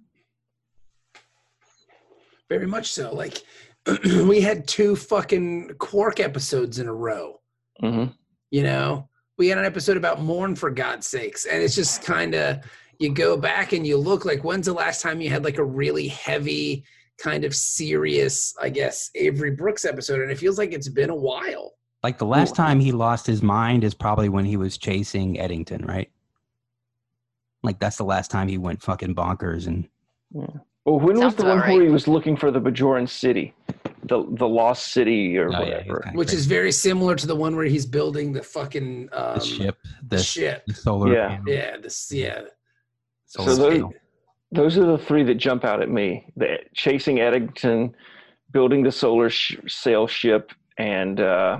Speaker 3: very much so. Like (clears throat) we had two fucking Quark episodes in a row.
Speaker 6: hmm
Speaker 3: you know we had an episode about mourn for god's sakes and it's just kind of you go back and you look like when's the last time you had like a really heavy kind of serious i guess avery brooks episode and it feels like it's been a while
Speaker 4: Like the last time he lost his mind is probably when he was chasing Eddington, right? Like that's the last time he went fucking bonkers and
Speaker 6: Well, when
Speaker 5: Sounds
Speaker 6: was the
Speaker 5: about
Speaker 6: one where
Speaker 5: right.
Speaker 6: he was looking for the Bajoran city, the the lost city or
Speaker 4: Oh, yeah, he was
Speaker 6: whatever?
Speaker 4: kinda
Speaker 3: which
Speaker 4: crazy.
Speaker 3: is very similar to the one where he's building the fucking um,
Speaker 4: the ship, the,
Speaker 3: the
Speaker 4: (laughs)
Speaker 3: ship
Speaker 4: the solar
Speaker 6: Yeah.
Speaker 4: panel,
Speaker 3: yeah this yeah
Speaker 4: solar
Speaker 6: So those-
Speaker 4: panel.
Speaker 6: Those are the three that jump out at me: the chasing Eddington, building the solar sh- sail ship, and uh,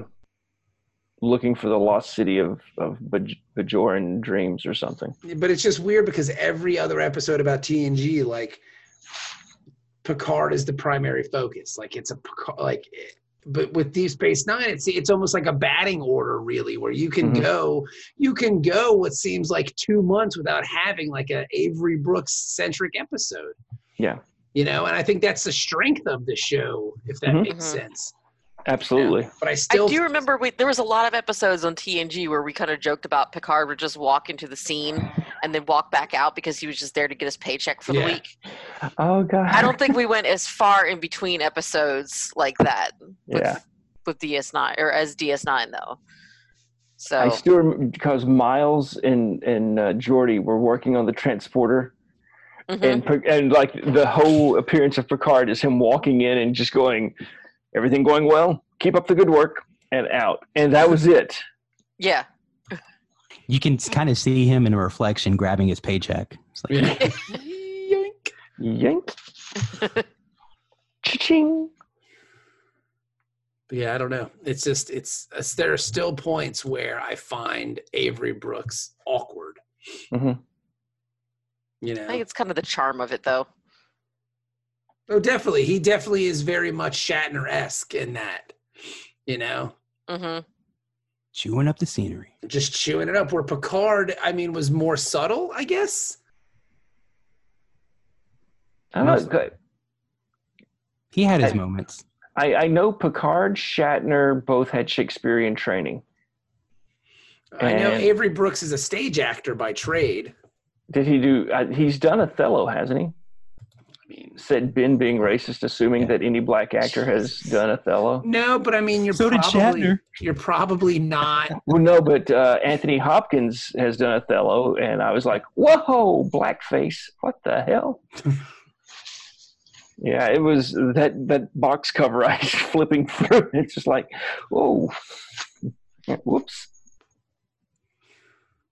Speaker 6: looking for the lost city of of Baj- Bajoran dreams or something.
Speaker 3: but it's just weird because every other episode about TNG, like Picard is the primary focus. Like it's a Picard, like, eh, but with Deep Space Nine, it's it's almost like a batting order, really, where you can
Speaker 6: Mhm.
Speaker 3: go, you can go what seems like two months without having like a Avery Brooks centric episode.
Speaker 6: Yeah.
Speaker 3: you know, and I think that's the strength of the show, if that
Speaker 6: Mhm.
Speaker 3: makes
Speaker 5: Mhm.
Speaker 3: sense.
Speaker 6: Absolutely.
Speaker 3: But I
Speaker 5: I
Speaker 3: still
Speaker 5: do remember we, there was a lot of episodes on TNG where we kind of joked about Picard would just walk into the scene and then walk back out because he was just there to get his paycheck for the
Speaker 3: Yeah.
Speaker 5: week.
Speaker 6: Oh God.
Speaker 5: I don't think we went as far in between episodes like that with,
Speaker 6: Yeah.
Speaker 5: with DS9 or as DS9 though. So
Speaker 6: I still remember because Miles and and uh, Geordi were working on the transporter
Speaker 5: mhm.
Speaker 6: and Pic- and like the whole appearance of Picard is him walking in and just going, everything going well, keep up the good work, and out, and that was it.
Speaker 5: yeah,
Speaker 4: You can kind of see him in a reflection grabbing his paycheck. It's like,
Speaker 3: Yeah. (laughs)
Speaker 6: Yank, cha-ching.
Speaker 3: But yeah, I don't know. It's just it's, it's there are
Speaker 4: Mm-hmm.
Speaker 3: still points where I find Avery Brooks awkward.
Speaker 6: Mhm.
Speaker 3: You
Speaker 5: I
Speaker 3: know,
Speaker 5: think it's kind of the charm of it, though.
Speaker 3: oh, definitely, he definitely is very much Shatner esque in that. You know,
Speaker 5: hmm
Speaker 4: Chewing up the scenery.
Speaker 3: just chewing it up. Where Picard, I mean, was more subtle, I guess.
Speaker 6: I, don't
Speaker 4: Mostly.
Speaker 6: know,
Speaker 4: He had his
Speaker 6: Hey.
Speaker 4: moments.
Speaker 6: I, I know Picard, Shatner both had Shakespearean training.
Speaker 3: I know
Speaker 6: And-
Speaker 3: Avery Brooks is a stage actor by trade.
Speaker 6: Did he do? Uh, he's done Othello, hasn't he?
Speaker 3: I mean,
Speaker 6: Said Ben, being racist, assuming that any black actor has done Othello.
Speaker 3: no, but I mean, you're
Speaker 4: So did
Speaker 3: probably
Speaker 4: Shatner.
Speaker 3: you're probably not.
Speaker 6: Well, no, but uh, Anthony Hopkins has done Othello, and I was like, "Whoa, blackface! What the hell?" yeah, it was that that box cover. I was (laughs) flipping through. It's just like, whoa, whoops.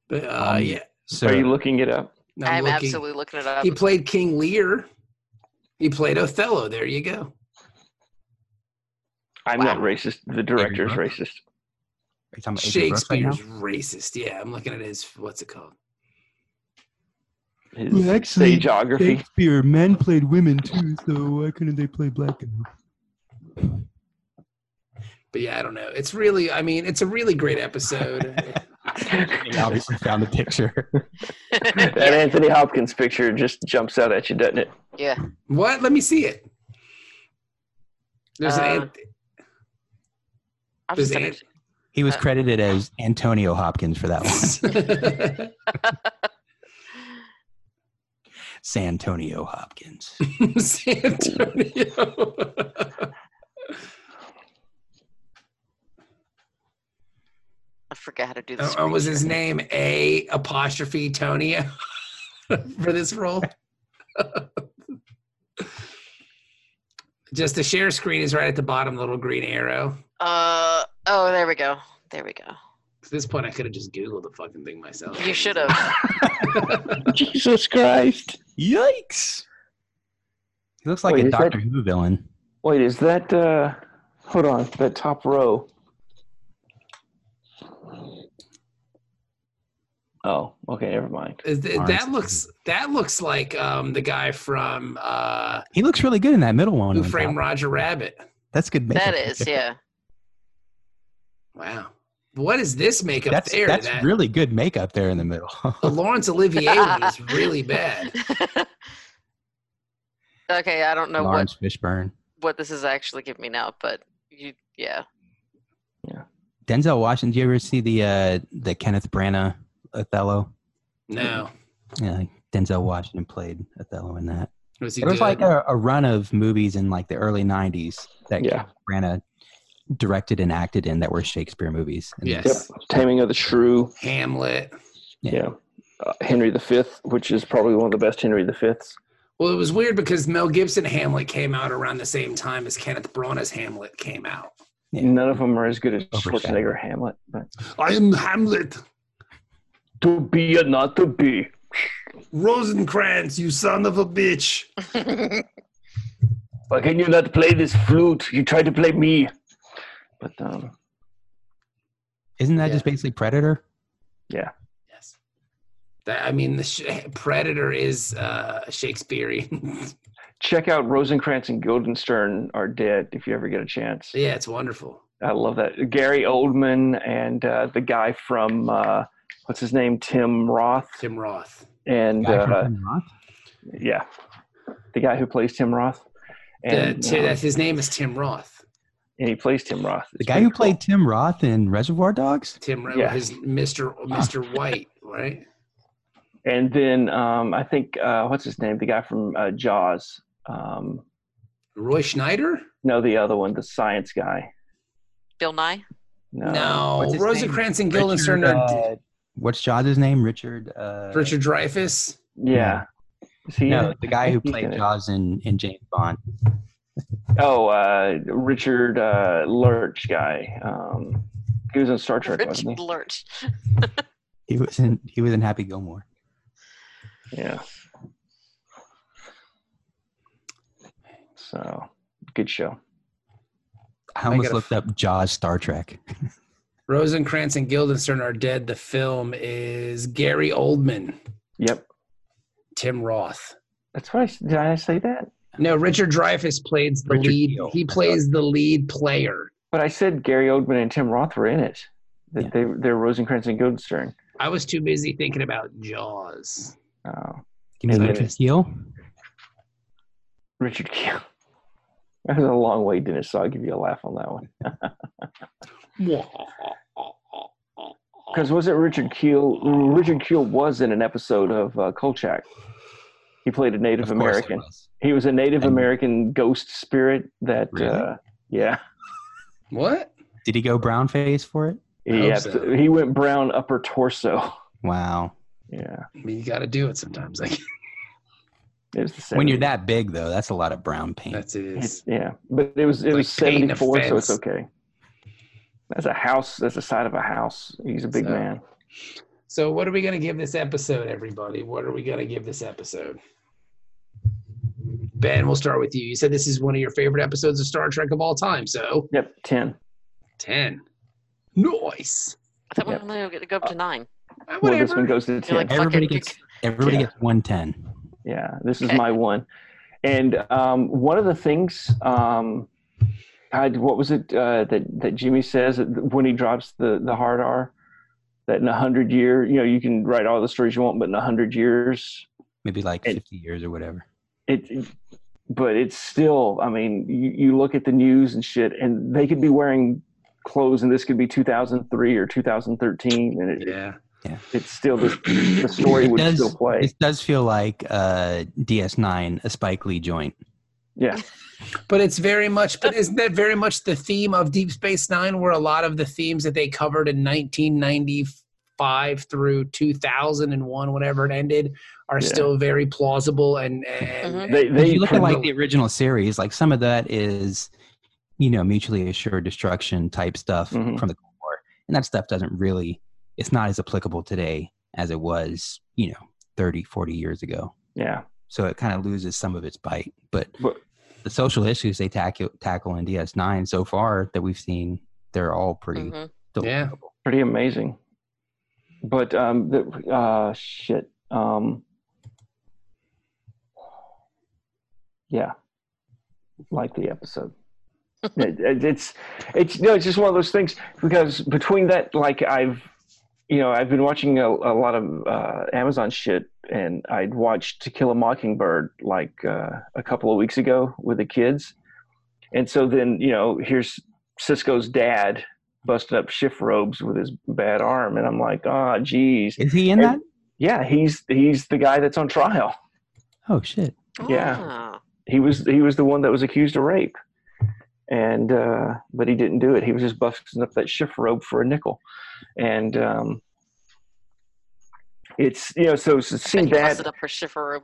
Speaker 3: But, uh,
Speaker 4: (laughs) Um,
Speaker 3: yeah,
Speaker 4: So
Speaker 6: Are you looking it up?
Speaker 5: I'm,
Speaker 3: looking.
Speaker 5: absolutely looking it up.
Speaker 3: He played King Lear. He played Othello. There you go.
Speaker 6: I'm not racist. The director's
Speaker 4: Avery
Speaker 6: racist.
Speaker 4: Are you talking about Avery Brooks right now?
Speaker 3: Shakespeare's racist. Yeah, I'm looking at his what's it called?
Speaker 6: His
Speaker 7: Well, actually,
Speaker 6: stageography.
Speaker 7: Shakespeare, men played women too, so why couldn't they play black guys?
Speaker 3: But yeah, I don't know. It's really, I mean, it's a really great episode.
Speaker 4: He obviously found the picture.
Speaker 6: (laughs) That Anthony Hopkins picture just jumps out at you, doesn't it?
Speaker 5: yeah.
Speaker 3: what? Let me see it. There's an
Speaker 5: Uh,
Speaker 3: ant-
Speaker 5: I'm
Speaker 3: Does
Speaker 5: just gonna-
Speaker 3: it-
Speaker 4: He was credited as Antonio Hopkins for that one. (laughs) Santonio Hopkins.
Speaker 3: (laughs) San Antonio.
Speaker 5: I forgot how to do this.
Speaker 3: Uh, was his name A apostrophe Tonia (laughs) for this role? (laughs) Just the share screen is right at the bottom, the little green arrow.
Speaker 5: Uh oh, there we go. There we go.
Speaker 3: At this point, I could have just Googled the fucking thing myself.
Speaker 5: You should have.
Speaker 6: Jesus Christ!
Speaker 4: Yikes! He looks like
Speaker 6: Wait,
Speaker 4: a
Speaker 6: is that-
Speaker 4: Doctor Who villain.
Speaker 6: Wait, is that? Uh, hold on, that top row. Oh, okay, never mind.
Speaker 3: Is th-
Speaker 4: Lawrence
Speaker 3: that looks that looks like um, the guy from uh,
Speaker 4: He looks really good in that middle one.
Speaker 3: Who
Speaker 4: on
Speaker 3: Framed
Speaker 4: top.
Speaker 3: Roger Rabbit.
Speaker 4: That's good makeup.
Speaker 5: that is, yeah. (laughs)
Speaker 3: Wow, what is this makeup
Speaker 4: That's
Speaker 3: there?
Speaker 4: that's
Speaker 3: that
Speaker 4: really good makeup there in the middle.
Speaker 3: (laughs)
Speaker 4: (laughs)
Speaker 3: the Laurence Olivier one is really bad.
Speaker 5: okay, I don't know
Speaker 4: Lawrence Fishburne,
Speaker 5: what what this is actually giving me now, but you, yeah.
Speaker 4: Denzel Washington. Do you ever see the uh, the Kenneth Branagh Othello?
Speaker 3: No,
Speaker 4: Yeah, Denzel Washington played Othello in that.
Speaker 3: was he
Speaker 4: There was
Speaker 3: good?
Speaker 4: like a, a run of movies in like the early '90s that
Speaker 6: Yeah.
Speaker 4: Branagh directed and acted in that were Shakespeare movies. And
Speaker 3: yes,
Speaker 6: Yep, Taming of the Shrew.
Speaker 3: Hamlet.
Speaker 4: Yeah.
Speaker 6: Yeah, uh, Henry V, which is probably one of the best Henry V's.
Speaker 3: Well, it was weird because Mel Gibson Hamlet came out around the same time as Kenneth Branagh's Hamlet came out.
Speaker 4: Yeah.
Speaker 6: None of them are as good as
Speaker 4: Overshadowed.
Speaker 6: Schwarzenegger Hamlet. But
Speaker 3: I am Hamlet.
Speaker 6: to be or not to be.
Speaker 3: Rosencrantz, you son of a bitch.
Speaker 6: Why can you not play this flute? You try to play me. But um,
Speaker 4: Isn't that
Speaker 3: Yeah.
Speaker 4: just basically Predator?
Speaker 3: Yes. That, I mean, the sh- Predator is uh, Shakespearean. (laughs)
Speaker 6: check out Rosencrantz and Guildenstern are dead if you ever get a chance.
Speaker 3: yeah, it's wonderful.
Speaker 6: I love that. Gary Oldman and uh, the guy from uh, what's his name, Tim Roth,
Speaker 3: Tim Roth.
Speaker 6: and
Speaker 4: Guy from
Speaker 6: uh,
Speaker 4: Tim Roth?
Speaker 6: yeah, the guy who plays Tim Roth,
Speaker 3: That-
Speaker 6: and,
Speaker 3: Ti-
Speaker 6: um,
Speaker 3: that- his name is Tim Roth.
Speaker 6: and he plays Tim Roth.
Speaker 4: The
Speaker 6: It's
Speaker 4: guy who
Speaker 6: pretty cool.
Speaker 4: played Tim Roth in Reservoir Dogs?
Speaker 3: Tim
Speaker 8: uh,
Speaker 3: Roth,
Speaker 6: Yeah.
Speaker 3: his Mr.
Speaker 4: (laughs) Oh.
Speaker 3: Mr. White, right?
Speaker 6: and then um, I think uh, what's his name, the guy from uh, Jaws. Um,
Speaker 3: Roy Schneider?
Speaker 6: no, the other one, the science guy.
Speaker 5: Bill Nye.
Speaker 6: No,
Speaker 4: what's
Speaker 3: no,
Speaker 4: his
Speaker 3: Rosencrantz and
Speaker 4: Richard,
Speaker 3: Guildenstern are
Speaker 4: uh, what's Jaws' name? Richard. Uh,
Speaker 3: Richard Dreyfuss.
Speaker 6: yeah. Is he in
Speaker 4: No,
Speaker 6: it?
Speaker 4: the
Speaker 6: I
Speaker 4: guy who
Speaker 6: think he's
Speaker 4: played
Speaker 6: in it.
Speaker 4: Jaws in, in James Bond.
Speaker 6: Oh, uh, Richard uh, Lurch guy. Um, he was in Star Trek, wasn't he?
Speaker 5: Richard Lurch.
Speaker 4: He was in he was in Happy Gilmore.
Speaker 6: Yeah. So good show.
Speaker 4: I almost
Speaker 3: gotta
Speaker 4: looked up Jaws Star Trek.
Speaker 3: Rosencrantz and Guildenstern are dead. The film is Gary Oldman.
Speaker 6: Yep.
Speaker 8: Tim Roth.
Speaker 6: That's what I s- did. I say that,
Speaker 8: No, Richard Dreyfuss plays the
Speaker 4: Richard
Speaker 8: lead.
Speaker 4: Gere.
Speaker 8: He plays the lead player.
Speaker 6: but I said Gary Oldman and Tim Roth were in it. That
Speaker 4: Yeah.
Speaker 6: they they're Rosencrantz and Guildenstern.
Speaker 8: I was too busy thinking about Jaws.
Speaker 6: Oh,
Speaker 4: Give me
Speaker 6: Yeah.
Speaker 4: Richard Keel.
Speaker 6: Richard Gere. (laughs) That was a long way, Dennis. So I'll give you a laugh on that one. Because wasn't Richard Keel? Richard Keel was in an episode of uh, Kolchak. He played a Native
Speaker 4: Of course it
Speaker 6: American.
Speaker 4: was.
Speaker 6: He was a Native
Speaker 4: And-
Speaker 6: American ghost spirit. That
Speaker 4: Really?
Speaker 6: uh, yeah,
Speaker 8: What?
Speaker 4: Did he go brown face for it?
Speaker 8: hope
Speaker 6: yeah.
Speaker 8: so.
Speaker 6: He went brown upper torso.
Speaker 4: Wow.
Speaker 6: Yeah,
Speaker 8: I mean, you got to do it sometimes. Like
Speaker 6: it was the same.
Speaker 4: When you're that big, though, that's a lot of brown paint.
Speaker 8: that's it. Is.
Speaker 6: yeah, but it was it
Speaker 8: Like
Speaker 6: was
Speaker 8: pain
Speaker 6: seventy four, so it's
Speaker 8: offense.
Speaker 6: okay. That's a house. That's the side of a house. He's a big
Speaker 8: So-
Speaker 6: man.
Speaker 8: So, what are we going to give this episode, everybody? What are we going to give this episode? Ben, we'll start with you. You said this is one of your favorite episodes of Star Trek of all time. So,
Speaker 6: Yep, ten.
Speaker 8: 10. Nice.
Speaker 5: I thought we
Speaker 6: Yep.
Speaker 5: were going to go up to nine.
Speaker 8: Uh,
Speaker 6: Well, this
Speaker 8: Whatever.
Speaker 6: one goes to
Speaker 5: You're
Speaker 6: ten.
Speaker 5: like, fuck
Speaker 4: Everybody
Speaker 5: it.
Speaker 4: gets- Everybody
Speaker 6: Yeah.
Speaker 4: gets 110.
Speaker 6: Yeah, this is
Speaker 5: Okay.
Speaker 6: my one. And um, one of the things, um, I, what was it uh, that that Jimmy says when he drops the the hard R? That in a hundred year, you know, you can write all the stories you want, but in a hundred years,
Speaker 4: Maybe like
Speaker 6: And-
Speaker 4: 50 years or whatever.
Speaker 6: it. it- But it's still, I mean, you, you look at the news and shit, and they could be wearing clothes, and this could be 2003 or 2013, and it,
Speaker 8: Yeah.
Speaker 6: it's still the,
Speaker 4: (clears throat)
Speaker 6: the story
Speaker 4: It
Speaker 6: would
Speaker 4: does-
Speaker 6: still play.
Speaker 4: It does feel like uh, DS9, a Spike Lee joint.
Speaker 6: Yeah,
Speaker 8: But it's very much, but isn't that very much the theme of Deep Space Nine, where a lot of the themes that they covered in 1995 through 2001, whatever it ended, are
Speaker 6: Yeah.
Speaker 8: still very plausible and, and,
Speaker 5: Mhm.
Speaker 6: they
Speaker 4: If
Speaker 6: they
Speaker 4: you look at like
Speaker 6: promote-
Speaker 4: the original series, like some of that is, you know, mutually assured destruction type stuff
Speaker 6: Mhm.
Speaker 4: from the Cold War, and that stuff doesn't really, it's not as applicable today as it was, you know, 30, 40 years ago.
Speaker 6: yeah.
Speaker 4: So it kind of loses some of its bite. But,
Speaker 6: But-
Speaker 4: the social issues they tackle tackle in DS9 so far that we've seen, they're all pretty.
Speaker 5: hmm
Speaker 4: still
Speaker 8: Yeah.
Speaker 4: applicable.
Speaker 6: pretty amazing. But um, the uh, shit. Um, yeah, like the episode. (laughs) It- it- it's it's no, it's just one of those things because between that, like I've you know I've been watching a, a lot of uh, Amazon shit, and I'd watched To Kill a Mockingbird like uh, a couple of weeks ago with the kids, and so then you know here's Cisco's dad busting up shift robes with his bad arm, and I'm like, ah, geez,
Speaker 4: Is he in that?
Speaker 6: yeah, he's he's the guy that's on trial.
Speaker 4: Oh, shit.
Speaker 5: Mm-hmm.
Speaker 6: Yeah.
Speaker 5: Ah.
Speaker 6: He was he was the one that was accused of rape, and uh, but he didn't do it. He was just busting up that shift robe for a nickel, and um, it's you know so to see
Speaker 5: But he
Speaker 6: that
Speaker 5: busted up her shiver.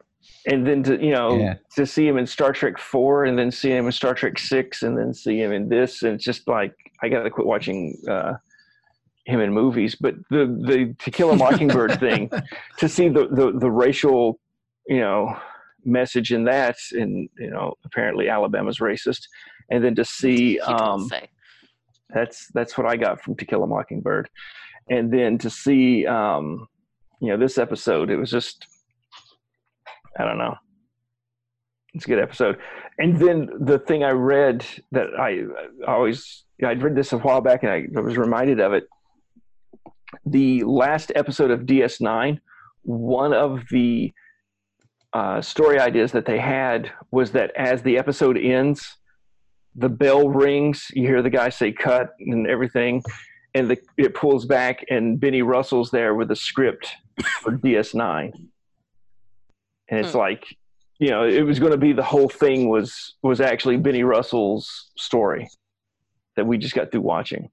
Speaker 6: and then to you know
Speaker 4: Yeah.
Speaker 6: to see him in Star Trek four, and then see him in Star Trek six, and then see him in this, and it's just like I gotta quit watching uh, him in movies. But the the To Kill a Mockingbird thing, to see the, the the racial, you know, message in that, and you know, apparently Alabama's racist, and then to see
Speaker 5: He didn't
Speaker 6: um,
Speaker 5: say.
Speaker 6: that's that's what I got from To Kill a Mockingbird, and then to see um, you know this episode, it was just I don't know. It's a good episode, and then the thing I read that I I always I'd read this a while back, and I, I was reminded of it. The last episode of DS Nine, one of the uh, story ideas that they had was that as the episode ends, the bell rings you hear the guy say cut and everything and the, it pulls back and benny russell's there with a script for ds9 and it's
Speaker 5: Hmm.
Speaker 6: like you know it was going to be the whole thing was was actually benny russell's story that we just got through watching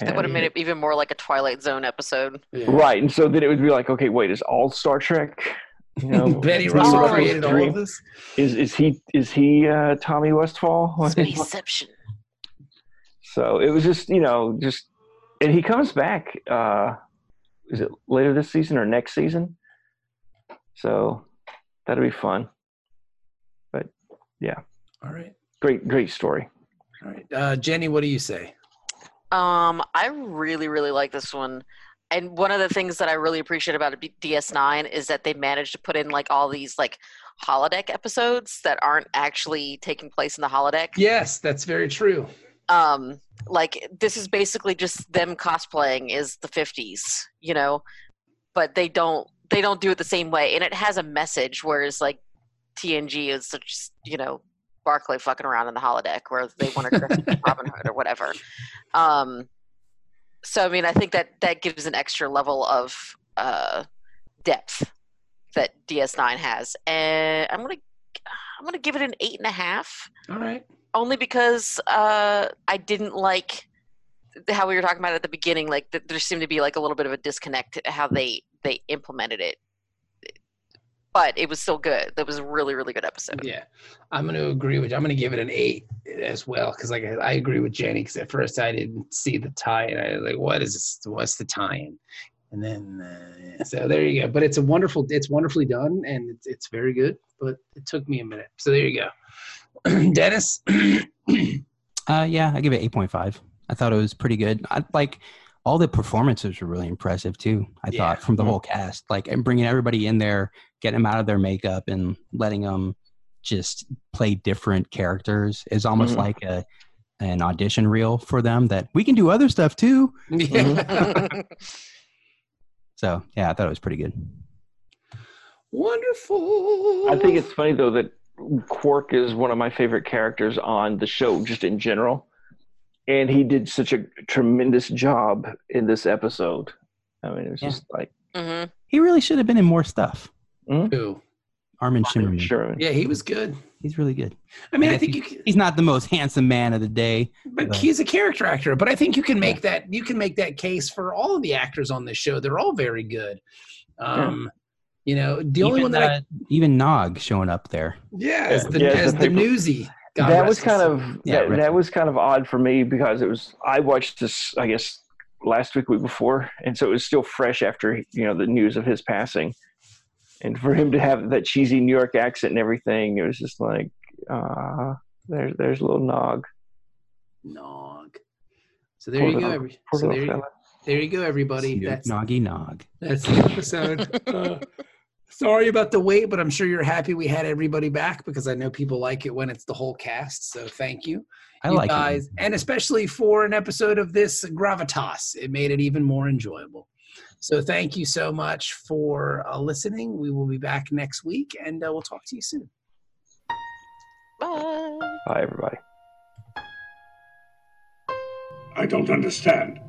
Speaker 5: That would have made it even more like a Twilight Zone episode.
Speaker 8: Yeah.
Speaker 6: right and so then it would be like okay wait is all star trek you
Speaker 8: (laughs)
Speaker 6: know
Speaker 8: Betty
Speaker 6: Benny
Speaker 8: Russell
Speaker 5: Oh.
Speaker 8: created all
Speaker 6: dream-
Speaker 8: of this.
Speaker 6: is is he is he uh, tommy westfall (laughs)
Speaker 5: Spaceception.
Speaker 6: So it was just, you know, just, and he comes back. Uh, is it later this season or next season? So that'll be fun.
Speaker 8: All right.
Speaker 6: Great, great story.
Speaker 8: All right. Uh, Jenny, what do you say?
Speaker 5: Um, I really, really like this one. and one of the things that I really appreciate about B- DS9 is that they managed to put in like all these like holodeck episodes that aren't actually taking place in the holodeck.
Speaker 3: Yes, that's very true.
Speaker 5: Um, like this is basically just them cosplaying is the 50s, you know, but they don't they don't do it the same way, and it has a message. Whereas like TNG is just you know Barclay fucking around in the holodeck where they want to dress up as Robin Hood or whatever. Um, so I mean, I think that that gives an extra level of uh, depth that DS9 has, and I'm gonna I'm gonna give it an eight and a half,
Speaker 3: All right.
Speaker 5: only because uh, I didn't like how we were talking about at the beginning. Like th- there seemed to be like a little bit of a disconnect how they they implemented it, but it was still good. That was a really really good episode.
Speaker 3: Yeah, I'm going to agree with. I'm going to give it an eight as well because, like, I, I agree with Jenny because at first I didn't see the tie-in. I was like, "What is this? What's the tie-in?" And then, uh, so there you go. But it's a wonderful. It's wonderfully done, and it's, it's very good. But it took me a minute. So there you go, (clears throat) Dennis. (clears throat)
Speaker 6: Mm-hmm.
Speaker 4: Uh, yeah, I give it 8.5. I thought it was pretty good. I like all the performances were really impressive too. I
Speaker 3: Yeah.
Speaker 4: thought from the whole cast, like and bringing everybody in there, getting them out of their makeup and letting them just play different characters is almost
Speaker 6: Mhm.
Speaker 4: like a an audition reel for them that we can do other stuff too.
Speaker 3: yeah.
Speaker 4: So yeah, I thought it was pretty good.
Speaker 3: (laughs) Wonderful.
Speaker 6: I think it's funny though that Quark is one of my favorite characters on the show, just in general, and he did such a tremendous job in this episode. I mean, it was
Speaker 4: Yeah.
Speaker 6: just like
Speaker 5: hmm
Speaker 4: He really should have been in more stuff.
Speaker 3: Ooh.
Speaker 4: Armin Shimmerman.
Speaker 6: Sherman.
Speaker 3: Yeah, he was good.
Speaker 4: He's really good.
Speaker 3: I mean,
Speaker 4: I
Speaker 3: I think you. Can,
Speaker 4: He's not the most handsome man of the day.
Speaker 3: But
Speaker 4: Yeah.
Speaker 3: he's a character actor. But I think you can make that you can make that case for all of the actors on this show. They're all very good. Um, You know, the only
Speaker 4: even,
Speaker 3: one that I,
Speaker 4: uh, even Nog showing up there.
Speaker 3: yeah, as the,
Speaker 6: Yeah,
Speaker 3: as
Speaker 6: the
Speaker 3: the
Speaker 6: people-
Speaker 3: newsy. God
Speaker 6: that
Speaker 3: rest
Speaker 6: was
Speaker 3: his
Speaker 6: kind
Speaker 3: soul.
Speaker 6: of
Speaker 4: Yeah,
Speaker 6: that,
Speaker 4: rest
Speaker 6: that
Speaker 4: his-
Speaker 6: was kind of odd for me because it was I watched this I guess last week week before and so it was still fresh after you know the news of his passing and for him to have that cheesy New York accent and everything it was just like uh there's there's little nog
Speaker 3: nog. So there
Speaker 6: Poor
Speaker 3: you go.
Speaker 6: little-
Speaker 3: every- so
Speaker 6: poor
Speaker 3: there,
Speaker 6: little
Speaker 3: you,
Speaker 6: fella.
Speaker 3: there you go, everybody.
Speaker 4: Snoop
Speaker 3: That's
Speaker 4: Noggy Nog.
Speaker 3: that's the episode. Uh, sorry about the wait, but I'm sure you're happy we had everybody back because I know people like it when it's the whole cast. So thank you.
Speaker 4: I
Speaker 3: you
Speaker 4: like it.
Speaker 3: guys, and especially for an episode of this gravitas, it made it even more enjoyable. So thank you so much for uh, listening. We will be back next week, and uh, we'll talk to you soon.
Speaker 5: Bye.
Speaker 6: Bye everybody.
Speaker 1: I don't understand.